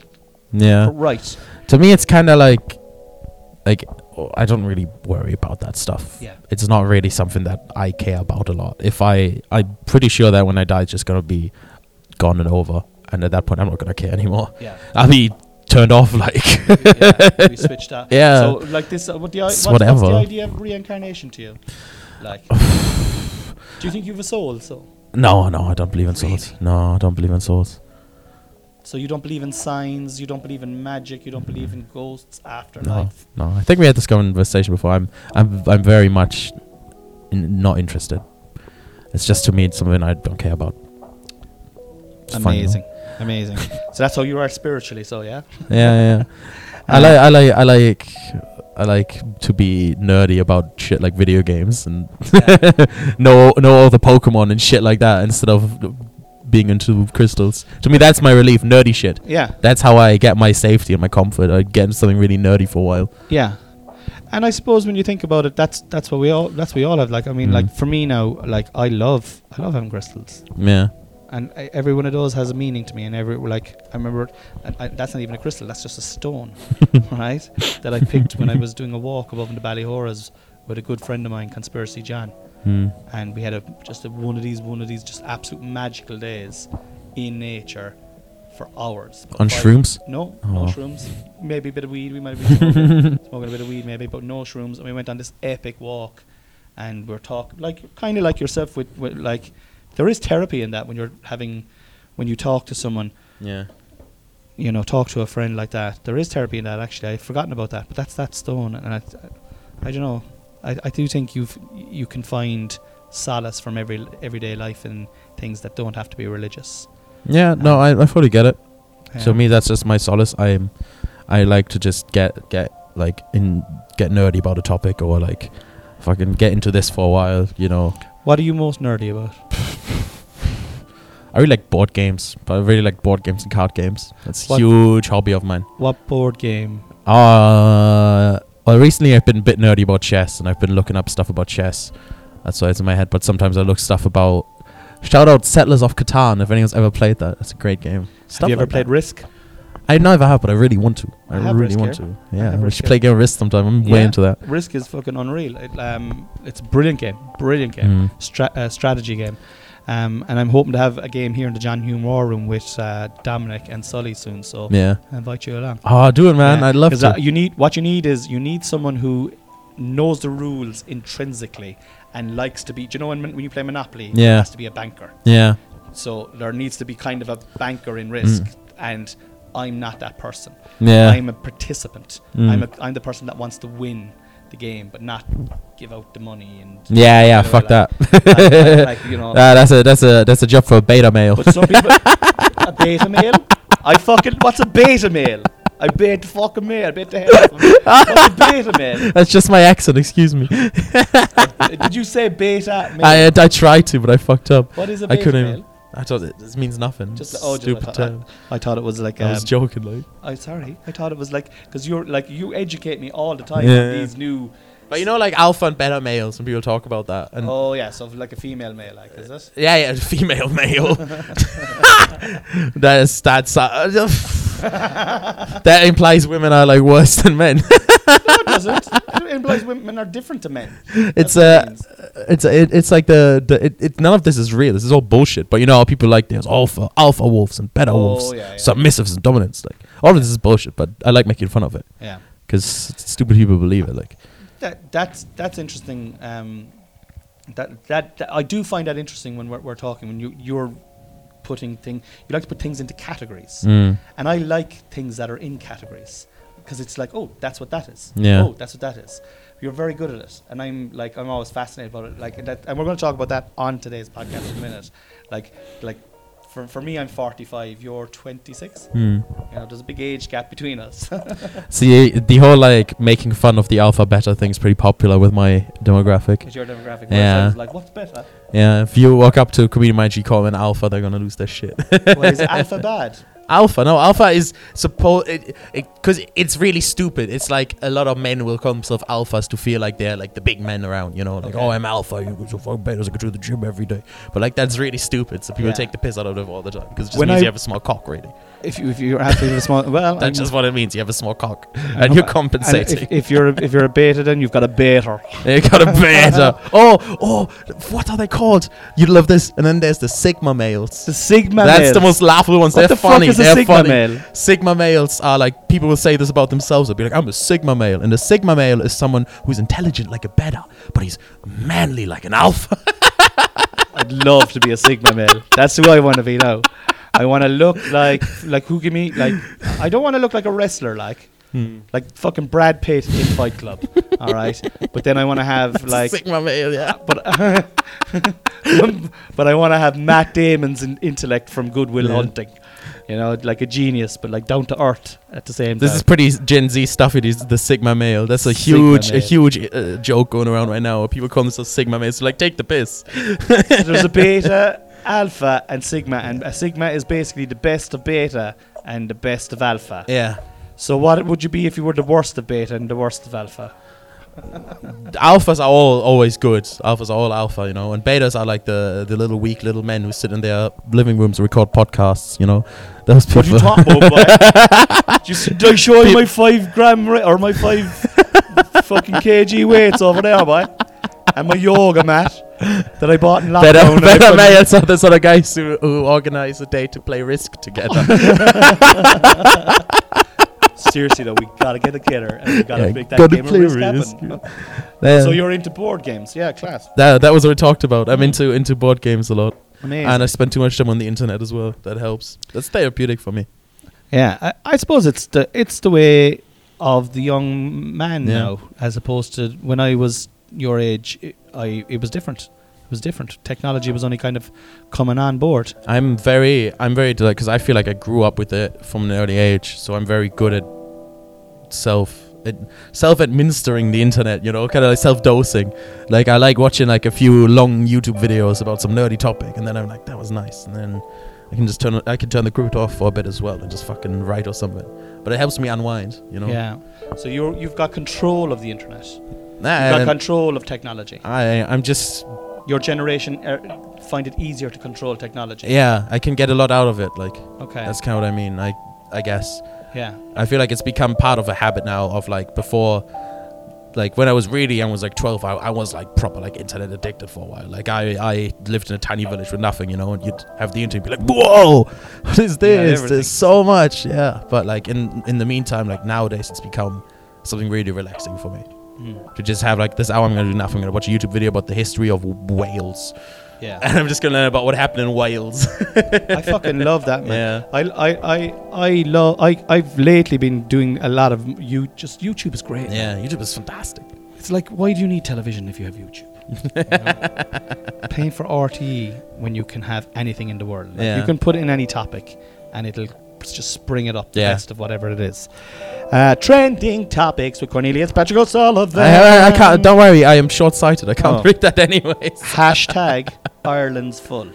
[SPEAKER 2] yeah.
[SPEAKER 1] right.
[SPEAKER 2] To me, it's kind of like, like oh, I don't really worry about that stuff.
[SPEAKER 1] Yeah.
[SPEAKER 2] it's not really something that I care about a lot. If I, I'm pretty sure that when I die, it's just gonna be gone and over, and at that point, I'm not gonna care anymore.
[SPEAKER 1] Yeah.
[SPEAKER 2] I'll be turned off. Like,
[SPEAKER 1] yeah, we switched that.
[SPEAKER 2] Yeah.
[SPEAKER 1] So like this, uh, what the, i-
[SPEAKER 2] It's
[SPEAKER 1] what's, what's the
[SPEAKER 2] whatever.
[SPEAKER 1] idea of reincarnation to you? Like, do you think you have a soul? So,
[SPEAKER 2] no, no, I don't believe in souls.
[SPEAKER 1] Really?
[SPEAKER 2] No, I don't believe in souls.
[SPEAKER 1] so you don't believe in signs, you don't believe in magic, you don't believe in ghosts,
[SPEAKER 2] No,
[SPEAKER 1] afterlife.
[SPEAKER 2] no. I think we had this conversation before. I'm, I'm, I'm very much n- not interested. It's just to me, it's something I don't care about. It's fun, though.
[SPEAKER 1] Amazing, amazing. so that's how you are spiritually. So yeah. Uh,
[SPEAKER 2] yeah, yeah. I like, I like, I like, I like to be nerdy about shit like video games and know know all the Pokemon and shit like that instead of being into crystals. To me, that's my relief. Nerdy shit.
[SPEAKER 1] Yeah.
[SPEAKER 2] That's how I get my safety and my comfort. I get into something really nerdy for a while.
[SPEAKER 1] Yeah, and I suppose when you think about it, that's that's what we all that's what we all have. Like I mean,
[SPEAKER 2] Mhm.
[SPEAKER 1] like for me now, like I love I love having crystals,
[SPEAKER 2] Yeah.
[SPEAKER 1] and I, every one of those has a meaning to me. And every like I remember, and I, that's not even a crystal. That's just a stone, right? That I picked when I was doing a walk above in the Ballyhoras with a good friend of mine, Conspiracy John,
[SPEAKER 2] Mm.
[SPEAKER 1] and we had a just a, one of these one of these just absolute magical days in nature for hours
[SPEAKER 2] On
[SPEAKER 1] Five-
[SPEAKER 2] shrooms.
[SPEAKER 1] no, no
[SPEAKER 2] Oh.
[SPEAKER 1] shrooms. Maybe a bit of weed. We might be smoking, smoking a bit of weed, maybe, but no shrooms. And we went on this epic walk, and we're talking like kind of like yourself with, with like there is therapy in that when you're having when you talk to someone
[SPEAKER 2] Yeah.
[SPEAKER 1] you know, talk to a friend like that. There is therapy in that. Actually, I'd forgotten about that, but that's that stone, and I, I don't know. I, I do think you've you can find solace from every everyday life and things that don't have to be religious.
[SPEAKER 2] Yeah, no, I, I fully get it. So
[SPEAKER 1] Um,
[SPEAKER 2] me, that's just my solace. I'm, I like to just get get like in get nerdy about a topic or like, fucking get into this for a while. You know,
[SPEAKER 1] what are you most nerdy about?
[SPEAKER 2] I really like board games, but I really like board games and card games. That's a
[SPEAKER 1] What-
[SPEAKER 2] huge hobby of mine.
[SPEAKER 1] What board game?
[SPEAKER 2] Uh, well, recently I've been a bit nerdy about chess, and I've been looking up stuff about chess. That's why it's in my head. But sometimes I look stuff about. Shout out Settlers of Catan if anyone's ever played that. That's a great game.
[SPEAKER 1] have
[SPEAKER 2] Stuff
[SPEAKER 1] you ever
[SPEAKER 2] like
[SPEAKER 1] played
[SPEAKER 2] that.
[SPEAKER 1] Risk?
[SPEAKER 2] I never have, but I really want to. I,
[SPEAKER 1] I have
[SPEAKER 2] really
[SPEAKER 1] Risk
[SPEAKER 2] want
[SPEAKER 1] here.
[SPEAKER 2] to.
[SPEAKER 1] I
[SPEAKER 2] Yeah,
[SPEAKER 1] have
[SPEAKER 2] we
[SPEAKER 1] Risk
[SPEAKER 2] should
[SPEAKER 1] here.
[SPEAKER 2] play game of Risk sometime. I'm way
[SPEAKER 1] Yeah.
[SPEAKER 2] into that.
[SPEAKER 1] Risk is fucking unreal. It, um, it's a brilliant game. Brilliant game.
[SPEAKER 2] Mm.
[SPEAKER 1] stra- uh, strategy game. Um, and I'm hoping to have a game here in the John Hume War Room with uh, Dominic and Sully soon. So
[SPEAKER 2] Yeah.
[SPEAKER 1] I invite you along.
[SPEAKER 2] Oh, do it, man.
[SPEAKER 1] Yeah,
[SPEAKER 2] I'd love
[SPEAKER 1] 'cause,
[SPEAKER 2] to.
[SPEAKER 1] uh, you need what you need is you need someone who knows the rules intrinsically and likes to be. Do you know when, when you play Monopoly,
[SPEAKER 2] Yeah.
[SPEAKER 1] there has to be a banker.
[SPEAKER 2] yeah.
[SPEAKER 1] So there needs to be kind of a banker in risk, and I'm not that person.
[SPEAKER 2] Mm. Yeah.
[SPEAKER 1] I'm a participant.
[SPEAKER 2] Mm.
[SPEAKER 1] I'm a, I'm the person that wants to win the game, but not give out the money and
[SPEAKER 2] yeah,
[SPEAKER 1] you know,
[SPEAKER 2] yeah.
[SPEAKER 1] like-
[SPEAKER 2] Fuck that.
[SPEAKER 1] like, like, you know,
[SPEAKER 2] Ah, that's a that's a that's a job for a beta male.
[SPEAKER 1] But some people, a beta male. I fucking what's a beta male? I bait the fucking male. I bait the hell out of him. What's a beta male?
[SPEAKER 2] that's just my accent. Excuse me.
[SPEAKER 1] Did you say beta male?
[SPEAKER 2] I I tried to, but I fucked up.
[SPEAKER 1] what is a
[SPEAKER 2] I
[SPEAKER 1] beta
[SPEAKER 2] couldn't.
[SPEAKER 1] male?
[SPEAKER 2] Even, I thought it, this means nothing.
[SPEAKER 1] Just
[SPEAKER 2] Just
[SPEAKER 1] the- oh,
[SPEAKER 2] stupid
[SPEAKER 1] just, I,
[SPEAKER 2] term.
[SPEAKER 1] thought, I, I thought it was like
[SPEAKER 2] I
[SPEAKER 1] um,
[SPEAKER 2] was joking, like.
[SPEAKER 1] I'm sorry. I thought it was like because you're like you educate me all the time.
[SPEAKER 2] Yeah.
[SPEAKER 1] on These new.
[SPEAKER 2] But you know, like alpha and beta males, and people talk about that. And
[SPEAKER 1] oh yeah, so like a female male, like is it?
[SPEAKER 2] yeah, yeah, female male. that is that's uh, that implies women are like worse than men.
[SPEAKER 1] No, it doesn't. It implies women are different to men.
[SPEAKER 2] it's
[SPEAKER 1] what it
[SPEAKER 2] a,
[SPEAKER 1] means.
[SPEAKER 2] it's a, it, it's like the, the it, it, none of this is real. This is all bullshit. But you know how people like there's alpha alpha wolves and beta
[SPEAKER 1] Oh,
[SPEAKER 2] wolves,
[SPEAKER 1] yeah, yeah.
[SPEAKER 2] submissives and dominants. Like all of this is bullshit. But I like making fun of it
[SPEAKER 1] Yeah.
[SPEAKER 2] because stupid people believe it. Like
[SPEAKER 1] That that's that's interesting. Um, that, that that I do find that interesting when we're, we're talking when you you're putting thing you like to put things into categories, and I like things that are in categories because it's like oh that's what that is.
[SPEAKER 2] Yeah.
[SPEAKER 1] Oh that's what that is. You're very good at it, and I'm like I'm always fascinated about it. Like and that, and we're going to talk about that on today's podcast in a minute. Like like. For, for me, I'm 45. You're 26.
[SPEAKER 2] Mm.
[SPEAKER 1] You know, there's a big age gap between us.
[SPEAKER 2] See, the whole like making fun of the alpha beta thing's pretty popular with my demographic.
[SPEAKER 1] It's your demographic.
[SPEAKER 2] Yeah.
[SPEAKER 1] Yeah. Like, what's better?
[SPEAKER 2] Yeah, if you walk up to a comedian and you call them an alpha, they're gonna lose their shit.
[SPEAKER 1] Well, is alpha bad?
[SPEAKER 2] alpha, no, alpha is supposed because it's really stupid. It's like a lot of men will call themselves alphas to feel like they're like the big men around, you know, like
[SPEAKER 1] Okay.
[SPEAKER 2] oh I'm alpha, you so fuck better, I go to the gym every day. But like that's really stupid. So people
[SPEAKER 1] Yeah.
[SPEAKER 2] take the piss out of it all the time because it just
[SPEAKER 1] When
[SPEAKER 2] means
[SPEAKER 1] I-
[SPEAKER 2] you have a small cock, really.
[SPEAKER 1] If you if you're athlete of a small well,
[SPEAKER 2] That's
[SPEAKER 1] I'm-
[SPEAKER 2] just what it means. You have a small cock,
[SPEAKER 1] I'm-
[SPEAKER 2] and you're
[SPEAKER 1] and
[SPEAKER 2] compensating.
[SPEAKER 1] if, if you're a, if you're a beta, then you've got a beta.
[SPEAKER 2] They got a beta. oh, oh, what are they called? You love this. And then there's the Sigma males.
[SPEAKER 1] The sigma.
[SPEAKER 2] That's
[SPEAKER 1] male.
[SPEAKER 2] the most laughable ones.
[SPEAKER 1] What the
[SPEAKER 2] They're
[SPEAKER 1] fuck
[SPEAKER 2] funny.
[SPEAKER 1] is a
[SPEAKER 2] They're
[SPEAKER 1] Sigma
[SPEAKER 2] funny.
[SPEAKER 1] male?
[SPEAKER 2] Sigma males are like people will say this about themselves. They'll be like, "I'm a Sigma male," and a Sigma male is someone who's intelligent like a beta, but he's manly like an alpha.
[SPEAKER 1] I'd love to be a sigma male. That's who I want to be now. I want to look like like who give me like I don't want to look like a wrestler like
[SPEAKER 2] Hmm.
[SPEAKER 1] like fucking Brad Pitt in Fight Club. all right, but then I want to have like
[SPEAKER 2] Sigma male, yeah.
[SPEAKER 1] but but I want to have Matt Damon's in- intellect from Goodwill
[SPEAKER 2] Yeah.
[SPEAKER 1] Hunting. You know, like a genius, but like down to earth at the same
[SPEAKER 2] This
[SPEAKER 1] time.
[SPEAKER 2] is pretty Gen Z stuff. It is the Sigma male. That's a
[SPEAKER 1] Sigma
[SPEAKER 2] huge, a
[SPEAKER 1] male.
[SPEAKER 2] huge uh, joke going around right now. People call themselves Sigma males. Like, take the piss.
[SPEAKER 1] So there's a beta, alpha, and sigma, and a sigma is basically the best of beta and the best of alpha.
[SPEAKER 2] Yeah.
[SPEAKER 1] So what would you be if you were the worst of beta and the worst of alpha?
[SPEAKER 2] The alphas are all always good. Alphas are all alpha, you know, and betas are like the the little weak little men who sit in their living rooms and record podcasts, you know. Those people.
[SPEAKER 1] What you talking about, boy? Just like showing my five gram ri- or my five fucking kg weights over there, boy, and my yoga mat that I bought in lockdown.
[SPEAKER 2] Better,
[SPEAKER 1] and I
[SPEAKER 2] better
[SPEAKER 1] couldn't-
[SPEAKER 2] males are the sort of guys who, who organize a day to play Risk together.
[SPEAKER 1] Seriously though, we gotta get a killer and we gotta
[SPEAKER 2] Yeah,
[SPEAKER 1] make that
[SPEAKER 2] gotta
[SPEAKER 1] game of
[SPEAKER 2] play
[SPEAKER 1] risk
[SPEAKER 2] Risk. Um,
[SPEAKER 1] happen.
[SPEAKER 2] Yeah.
[SPEAKER 1] So you're into board games, yeah, class.
[SPEAKER 2] that, that was what we talked about. I'm into into board games a lot,
[SPEAKER 1] Amazing.
[SPEAKER 2] and I spend too much time on the internet as well. That helps. That's therapeutic for me.
[SPEAKER 1] Yeah, I, I suppose it's the it's the way of the young man
[SPEAKER 2] Yeah.
[SPEAKER 1] now, as opposed to when I was your age. It, I it was different. It was different. Technology was only kind of coming on board.
[SPEAKER 2] I'm very, I'm very like, because I feel like I grew up with it from an early age, so I'm very good at self, at self administering the internet. You know, kind of like self dosing. Like I like watching like a few long YouTube videos about some nerdy topic, and then I'm like, that was nice, and then I can just turn, I can turn the group off for a bit as well, and just fucking write or something. But it helps me unwind. You know.
[SPEAKER 1] Yeah. So you you've got control of the internet. You've
[SPEAKER 2] Nah,
[SPEAKER 1] got
[SPEAKER 2] I'm,
[SPEAKER 1] control of technology.
[SPEAKER 2] I, I'm just,
[SPEAKER 1] Your generation er, find it easier to control technology.
[SPEAKER 2] yeah, I can get a lot out of it. Like
[SPEAKER 1] Okay.
[SPEAKER 2] that's kind of what I mean. I, I guess.
[SPEAKER 1] yeah.
[SPEAKER 2] I feel like it's become part of a habit now of like before like when I was really young, I was like 12, I, I was like proper like internet addicted for a while. Like I, I lived in a tiny village with nothing, you know, and you'd have the internet and be like, whoa, what is this?
[SPEAKER 1] everything.
[SPEAKER 2] There's so much. Yeah. But like in, in the meantime, like nowadays it's become something really relaxing for me
[SPEAKER 1] Mm.
[SPEAKER 2] to just have like this hour. I'm going to do nothing. I'm going to watch a YouTube video about the history of Wales
[SPEAKER 1] Yeah.
[SPEAKER 2] and I'm just going to learn about what happened in Wales.
[SPEAKER 1] I fucking love that man.
[SPEAKER 2] yeah.
[SPEAKER 1] I I I I love I I've lately been doing a lot of you just YouTube is great.
[SPEAKER 2] Yeah. YouTube is fantastic.
[SPEAKER 1] It's like why do you need television if you have YouTube? You know? Paying for RTE when you can have anything in the world. Like,
[SPEAKER 2] Yeah.
[SPEAKER 1] You can put in any topic and it'll just spring it up the
[SPEAKER 2] Yeah.
[SPEAKER 1] best of whatever it is. Uh, trending topics with Cornelius Patrick O'Sullivan.
[SPEAKER 2] I, I- I can't. Don't worry. I am short-sighted. I can't
[SPEAKER 1] Oh.
[SPEAKER 2] read that anyways.
[SPEAKER 1] Hashtag Ireland's full.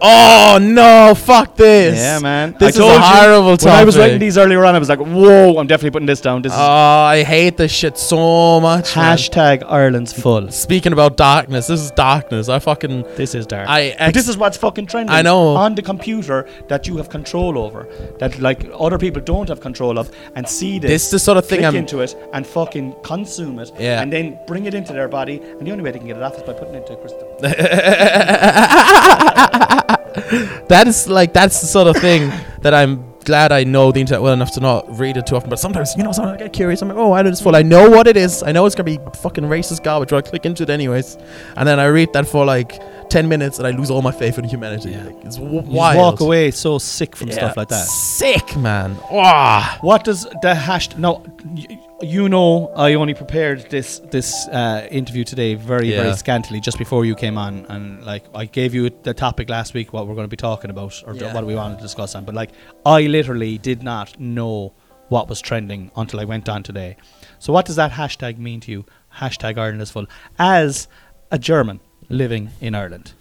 [SPEAKER 2] Oh no! Fuck this.
[SPEAKER 1] Yeah, man.
[SPEAKER 2] This
[SPEAKER 1] I
[SPEAKER 2] is
[SPEAKER 1] told
[SPEAKER 2] a
[SPEAKER 1] you,
[SPEAKER 2] horrible
[SPEAKER 1] When I was writing
[SPEAKER 2] topic.
[SPEAKER 1] these earlier on, I was like, whoa, I'm definitely putting this down. This
[SPEAKER 2] Oh,
[SPEAKER 1] is
[SPEAKER 2] I hate this shit so much. man.
[SPEAKER 1] hashtag Ireland's full.
[SPEAKER 2] Speaking about darkness, this is darkness. I fucking.
[SPEAKER 1] This is dark.
[SPEAKER 2] I
[SPEAKER 1] But
[SPEAKER 2] ex-
[SPEAKER 1] this is what's fucking trending.
[SPEAKER 2] I know.
[SPEAKER 1] On the computer that you have control over, that like other people don't have control of, and see this.
[SPEAKER 2] This is the sort of thing
[SPEAKER 1] click
[SPEAKER 2] I'm-
[SPEAKER 1] into it and fucking consume it,
[SPEAKER 2] Yeah.
[SPEAKER 1] and then bring it into their body. And the only way they can get it off is by putting it into a crystal.
[SPEAKER 2] that is like that's the sort of thing that I'm glad I know the internet well enough to not read it too often. But sometimes, you know, sometimes I get curious. I'm like, oh, I know this full. I know what it is. I know it's gonna be fucking racist garbage. But I click into it anyways, and then I read that for like ten minutes, and I lose all my faith in humanity.
[SPEAKER 1] Yeah.
[SPEAKER 2] Like, it's w-
[SPEAKER 1] You
[SPEAKER 2] wild.
[SPEAKER 1] walk away so sick from
[SPEAKER 2] Yeah,
[SPEAKER 1] stuff like that.
[SPEAKER 2] Sick, man. Wow.
[SPEAKER 1] What does the hash? No, y- you know, I only prepared this this uh, interview today very
[SPEAKER 2] Yeah.
[SPEAKER 1] very scantily just before you came on, and like I gave you the topic last week what we're going to be talking about or
[SPEAKER 2] Yeah.
[SPEAKER 1] what we wanted to discuss on, but like I literally did not know what was trending until I went on today. So what does that hashtag mean to you? Hashtag Ireland is full as a German living in Ireland.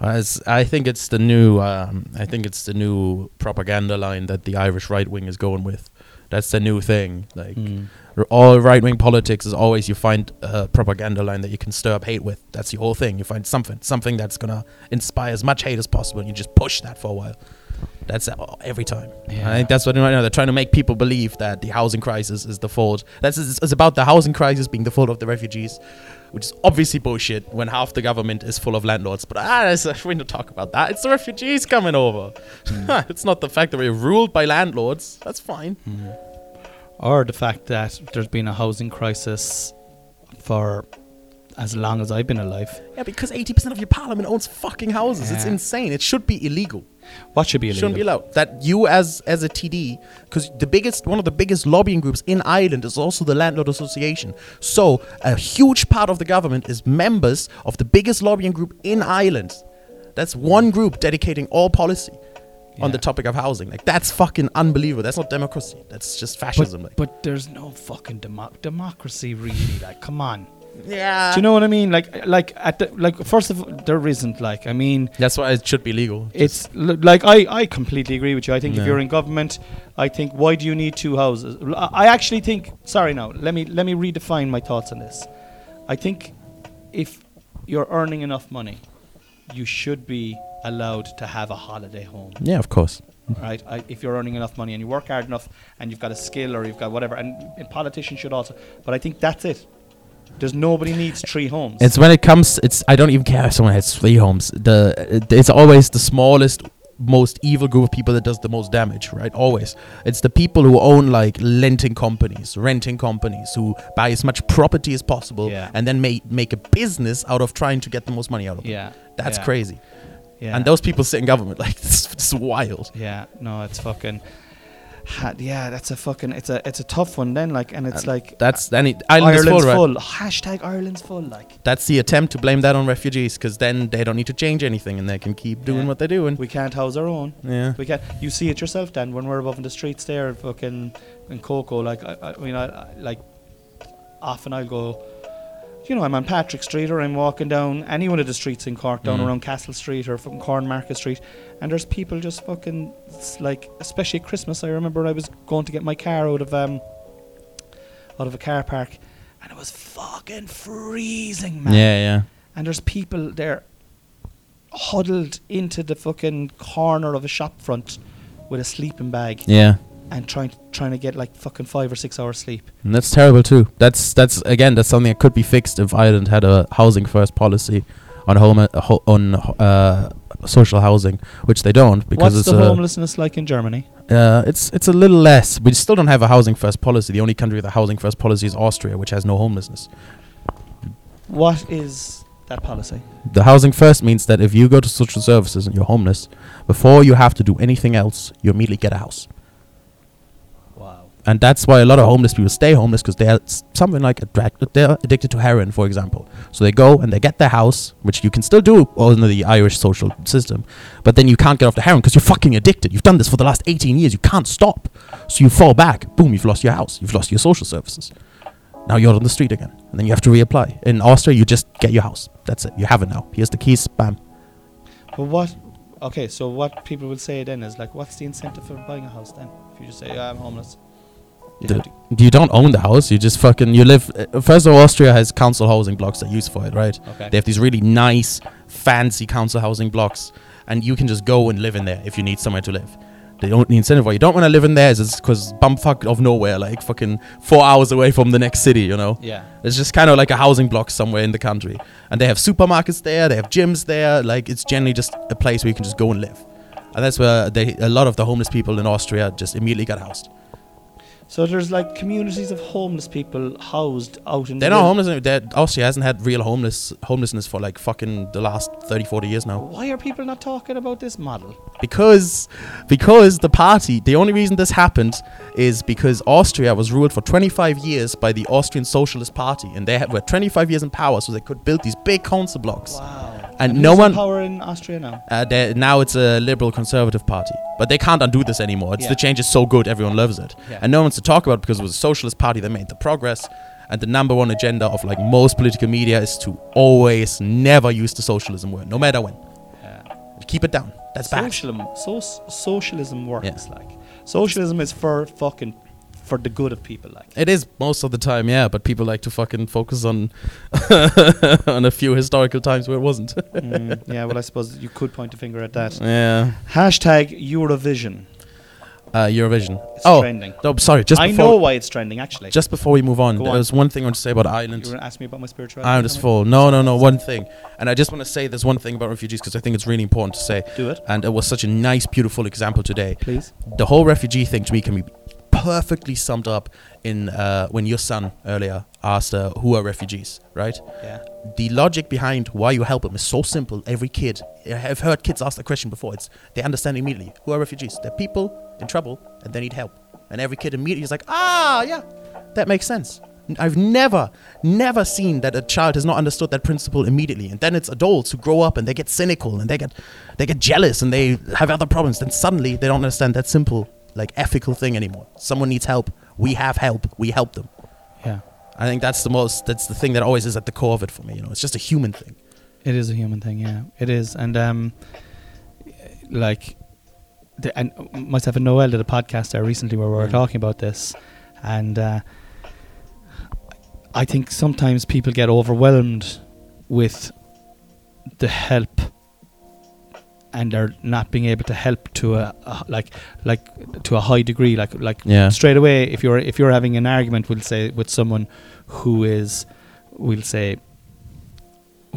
[SPEAKER 2] As I think it's the new, um, I think it's the new propaganda line that the Irish right wing is going with. That's the new thing. Like r- all right wing politics is always you find a propaganda line that you can stir up hate with. That's the whole thing. You find something, something that's gonna inspire as much hate as possible, and you just push that for a while. That's uh, every time.
[SPEAKER 1] Yeah.
[SPEAKER 2] I think that's what they're doing right now. They're trying to make people believe that the housing crisis is the fault. That's it's, it's about the housing crisis being the fault of the refugees, which is obviously bullshit. When half the government is full of landlords, but ah, there's a- we don't talk about that. It's the refugees coming over. it's not the fact that we're ruled by landlords. That's fine.
[SPEAKER 1] or the fact that there's been a housing crisis for as long as I've been alive.
[SPEAKER 2] Yeah, because eighty percent of your parliament owns fucking houses. It's
[SPEAKER 1] Yeah.
[SPEAKER 2] insane. It should be illegal.
[SPEAKER 1] What should be
[SPEAKER 2] It
[SPEAKER 1] illegal?
[SPEAKER 2] shouldn't be allowed. That you as as a TD, because the biggest one of the biggest lobbying groups in Ireland is also the landlord association. So a huge part of the government is members of the biggest lobbying group in Ireland. That's one group dedicating all policy on the
[SPEAKER 1] Yeah.
[SPEAKER 2] topic of housing. Like that's fucking unbelievable. That's not democracy. That's just fascism.
[SPEAKER 1] But,
[SPEAKER 2] like
[SPEAKER 1] but there's no fucking demo- democracy, really. Like, come on.
[SPEAKER 2] yeah.
[SPEAKER 1] Do you know what I mean? Like, like at the, like first of all, there isn't. Like, I mean,
[SPEAKER 2] That's why it should be legal.
[SPEAKER 1] it's l- like I, I completely agree with you. I think if
[SPEAKER 2] Yeah.
[SPEAKER 1] you're in government, I think why do you need two houses? L- I I actually think. Sorry, now let me let me redefine my thoughts on this. I think if you're earning enough money, you should be allowed to have a holiday home.
[SPEAKER 2] Yeah, of course.
[SPEAKER 1] right? I, if you're earning enough money and you work hard enough and you've got a skill or you've got whatever, and, and politicians should also. But I think that's it. There's nobody needs three homes.
[SPEAKER 2] It's when it comes. It's I don't even care if someone has three homes. The it- it's always the smallest, most evil group of people that does the most damage, right? Always. It's the people who own like lenting companies, renting companies, who buy as much property as possible,
[SPEAKER 1] Yeah.
[SPEAKER 2] and then make make a business out of trying to get the most money out of it.
[SPEAKER 1] yeah,
[SPEAKER 2] That's
[SPEAKER 1] yeah,
[SPEAKER 2] crazy.
[SPEAKER 1] Yeah,
[SPEAKER 2] And those people sit in government. Like it's, it's wild.
[SPEAKER 1] Yeah, no, it's fucking. ha- yeah, that's a fucking it's a it's a tough one then. Like, and it's
[SPEAKER 2] And
[SPEAKER 1] like
[SPEAKER 2] That's any Ireland is
[SPEAKER 1] Ireland's
[SPEAKER 2] full, right?
[SPEAKER 1] full. Hashtag Ireland's full. Like,
[SPEAKER 2] That's the attempt to blame that on refugees, because then they don't need to change anything and they can keep doing
[SPEAKER 1] Yeah.
[SPEAKER 2] what they're doing.
[SPEAKER 1] we can't house our own.
[SPEAKER 2] yeah.
[SPEAKER 1] We can't. You see it yourself, Dan. When we're above in the streets there, and fucking in Coco, like I, I mean, I, I like often I'll go. You know, I'm on Patrick Street, or I'm walking down any one of the streets in Cork, down
[SPEAKER 2] Mhm.
[SPEAKER 1] around Castle Street or from Cornmarket Street, and there's people just fucking s- like, especially at Christmas. I remember I was going to get my car out of um out of a car park, and it was fucking freezing, man
[SPEAKER 2] Yeah,
[SPEAKER 1] and there's people there huddled into the fucking corner of a shop front with a sleeping bag
[SPEAKER 2] yeah. Yeah.
[SPEAKER 1] and trying to, trying to get like fucking five or six hours sleep.
[SPEAKER 2] And that's terrible too. That's that's again that's something that could be fixed if Ireland had a housing first policy on home uh, ho- on uh, social housing, which they don't because
[SPEAKER 1] What's
[SPEAKER 2] it's
[SPEAKER 1] the
[SPEAKER 2] a
[SPEAKER 1] homelessness like in Germany?
[SPEAKER 2] uh, it's it's a little less. We still don't have a housing first policy. The only country with a housing first policy is Austria, which has no homelessness.
[SPEAKER 1] What is that policy?
[SPEAKER 2] The housing first means that if you go to social services and you're homeless, before you have to do anything else, you immediately get a house.
[SPEAKER 1] Wow.
[SPEAKER 2] and that's why a lot of homeless people stay homeless because they're s- something like addic- they're addicted to heroin, for example. So they go and they get their house, which you can still do under the Irish social system, but then you can't get off the heroin because you're fucking addicted. You've done this for the last 18 years. You can't stop, so you fall back. Boom, you've lost your house. You've lost your social services. Now you're on the street again, and then you have to reapply. In Austria, you just get your house. That's it. You have it now. Here's the keys. Bam.
[SPEAKER 1] But what? Okay, so what people will say then is like, what's the incentive for buying a house then? If you just say, yeah, I'm homeless. You have
[SPEAKER 2] The-
[SPEAKER 1] to-
[SPEAKER 2] You don't own the house. You just fucking you live. uh, First of all, Austria has council housing blocks that use for it, right?
[SPEAKER 1] okay.
[SPEAKER 2] They have these really nice, fancy council housing blocks, and you can just go and live in there if you need somewhere to live. The only incentive why you don't want to live in there is because bumfuck of nowhere, like fucking four hours away from the next city, you know?
[SPEAKER 1] yeah.
[SPEAKER 2] It's just kind of like a housing block somewhere in the country. And they have supermarkets there, they have gyms there. Like, it's generally just a place where you can just go and live. And that's where they, a lot of the homeless people in Austria just immediately got housed.
[SPEAKER 1] So there's like communities of homeless people housed out in
[SPEAKER 2] They're
[SPEAKER 1] the
[SPEAKER 2] not
[SPEAKER 1] wild-
[SPEAKER 2] homeless. anymore. They're, Austria hasn't had real homeless homelessness for like fucking the last 30, 40 years now.
[SPEAKER 1] Why are people not talking about this model?
[SPEAKER 2] because because the party the only reason this happened is because austria was ruled for 25 years by the austrian socialist party and they had, were 25 years in power so they could build these big council blocks
[SPEAKER 1] Wow.
[SPEAKER 2] And no
[SPEAKER 1] who's in
[SPEAKER 2] one-
[SPEAKER 1] power in Austria now.
[SPEAKER 2] uh, they- now it's a liberal conservative party but they can't undo this anymore it's,
[SPEAKER 1] Yeah.
[SPEAKER 2] the change is so good everyone loves it
[SPEAKER 1] Yeah.
[SPEAKER 2] and no one's to talk about it because it was a socialist party that made the progress and the number one agenda of like most political media is to always never use the socialism word no matter when keep it down that's bad
[SPEAKER 1] Socialism, so, socialism works
[SPEAKER 2] Yeah.
[SPEAKER 1] like socialism is for fucking for the good of people. Like
[SPEAKER 2] It is most of the time, yeah, but people like to fucking focus on on a few historical times where it wasn't.
[SPEAKER 1] Mm, yeah, well, I suppose you could point a finger at that.
[SPEAKER 2] yeah.
[SPEAKER 1] Hashtag Eurovision.
[SPEAKER 2] Uh, Eurovision.
[SPEAKER 1] It's
[SPEAKER 2] oh,
[SPEAKER 1] trending.
[SPEAKER 2] no, sorry. Just
[SPEAKER 1] I
[SPEAKER 2] before,
[SPEAKER 1] know why it's trending. Actually,
[SPEAKER 2] just before we move on,
[SPEAKER 1] Go
[SPEAKER 2] there
[SPEAKER 1] on.
[SPEAKER 2] was one thing I want to say about
[SPEAKER 1] you were
[SPEAKER 2] Ireland.
[SPEAKER 1] gonna ask me about my spirituality.
[SPEAKER 2] Ireland is
[SPEAKER 1] Tommy?
[SPEAKER 2] full. No, no, no. One thing, and I just want to say there's one thing about refugees because I think it's really important to say,
[SPEAKER 1] Do it,
[SPEAKER 2] and it was such a nice, beautiful example today.
[SPEAKER 1] please.
[SPEAKER 2] the whole refugee thing to me can be perfectly summed up in uh, when your son earlier asked uh, who are refugees right
[SPEAKER 1] Yeah.
[SPEAKER 2] the logic behind why you help them is so simple every kid i've heard kids ask that question before it's they understand immediately who are refugees they're people in trouble and they need help and every kid immediately is like ah yeah that makes sense N- I've never, never seen that a child has not understood that principle immediately, and then it's adults who grow up and they get cynical and they get, they get jealous and they have other problems. Then suddenly they don't understand that simple, like ethical thing anymore. Someone needs help. We have help. We help them.
[SPEAKER 1] Yeah.
[SPEAKER 2] I think that's the most. That's the thing that always is at the core of it for me. You know, it's just a human thing.
[SPEAKER 1] It is a human thing, yeah. It is, and um, like, the, and myself and Noel did a podcast there recently where we were
[SPEAKER 2] Mm.
[SPEAKER 1] talking about this, and uh, I think sometimes people get overwhelmed with the help, and they're not being able to help to a, a like like to a high degree, like like
[SPEAKER 2] Yeah.
[SPEAKER 1] straight away if you're if you're having an argument we'll say with someone who is we'll say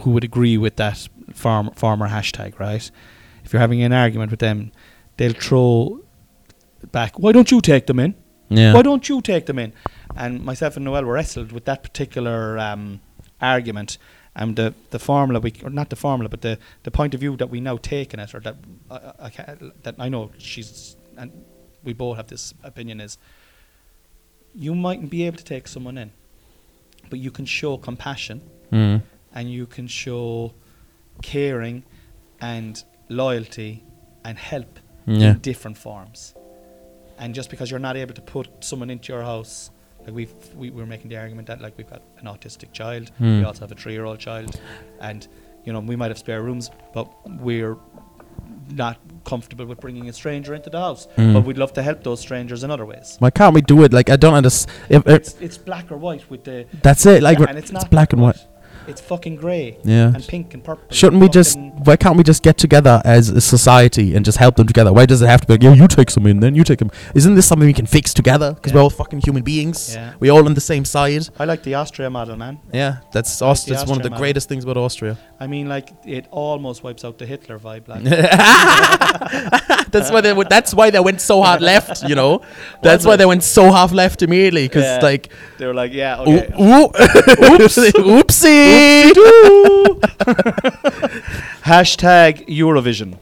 [SPEAKER 1] who would agree with that farm, farmer hashtag right if you're having an argument with them they'll throw back why don't you take them in
[SPEAKER 2] Yeah.
[SPEAKER 1] why don't you take them in and myself and noel were wrestled with that particular um, argument and the, the formula we or not the formula but the, uh, the point of view that we now take in it or that I, I, I can't, that I know she's and we both have this opinion is you mightn't be able to take someone in, but you can show compassion
[SPEAKER 2] Mm.
[SPEAKER 1] and you can show caring and loyalty and help
[SPEAKER 2] Yeah.
[SPEAKER 1] in different forms. And just because you're not able to put someone into your house, like we've we were making the argument that like we've got an autistic child, we
[SPEAKER 2] Hmm.
[SPEAKER 1] also have a three-year-old child, and you know we might have spare rooms, but we're not comfortable with bringing a stranger into the house.
[SPEAKER 2] Hmm.
[SPEAKER 1] But we'd love to help those strangers in other ways.
[SPEAKER 2] Why can't we do it? Like I don't understand. If, if,
[SPEAKER 1] It's, it's black or white with the
[SPEAKER 2] that's it. Like
[SPEAKER 1] yeah,
[SPEAKER 2] we're- it's, black and white.
[SPEAKER 1] It's fucking grey
[SPEAKER 2] Yeah.
[SPEAKER 1] and pink and purple.
[SPEAKER 2] Shouldn't we just?
[SPEAKER 1] fucking-
[SPEAKER 2] Why can't we just get together as a society and just help them together? Why does it have to be? Like, yeah, you take some in, then you take them. Isn't this something we can fix together? Because
[SPEAKER 1] Yeah.
[SPEAKER 2] we're all fucking human beings.
[SPEAKER 1] Yeah.
[SPEAKER 2] We're all on the same side.
[SPEAKER 1] I like the Austria model, man.
[SPEAKER 2] Yeah, that's
[SPEAKER 1] Like
[SPEAKER 2] Aust-
[SPEAKER 1] the
[SPEAKER 2] that's one of
[SPEAKER 1] Austria
[SPEAKER 2] the
[SPEAKER 1] model.
[SPEAKER 2] greatest things about Austria.
[SPEAKER 1] I mean, like it almost wipes out the Hitler vibe. Like,
[SPEAKER 2] that's why they went, that's why they went so hard left. You know, that's why
[SPEAKER 1] Wasn't
[SPEAKER 2] they went so half left immediately because
[SPEAKER 1] Yeah.
[SPEAKER 2] like, oh,
[SPEAKER 1] they were like, yeah,
[SPEAKER 2] oo-
[SPEAKER 1] okay,
[SPEAKER 2] oo- oopsie, oopsie.
[SPEAKER 1] Hashtag Eurovision.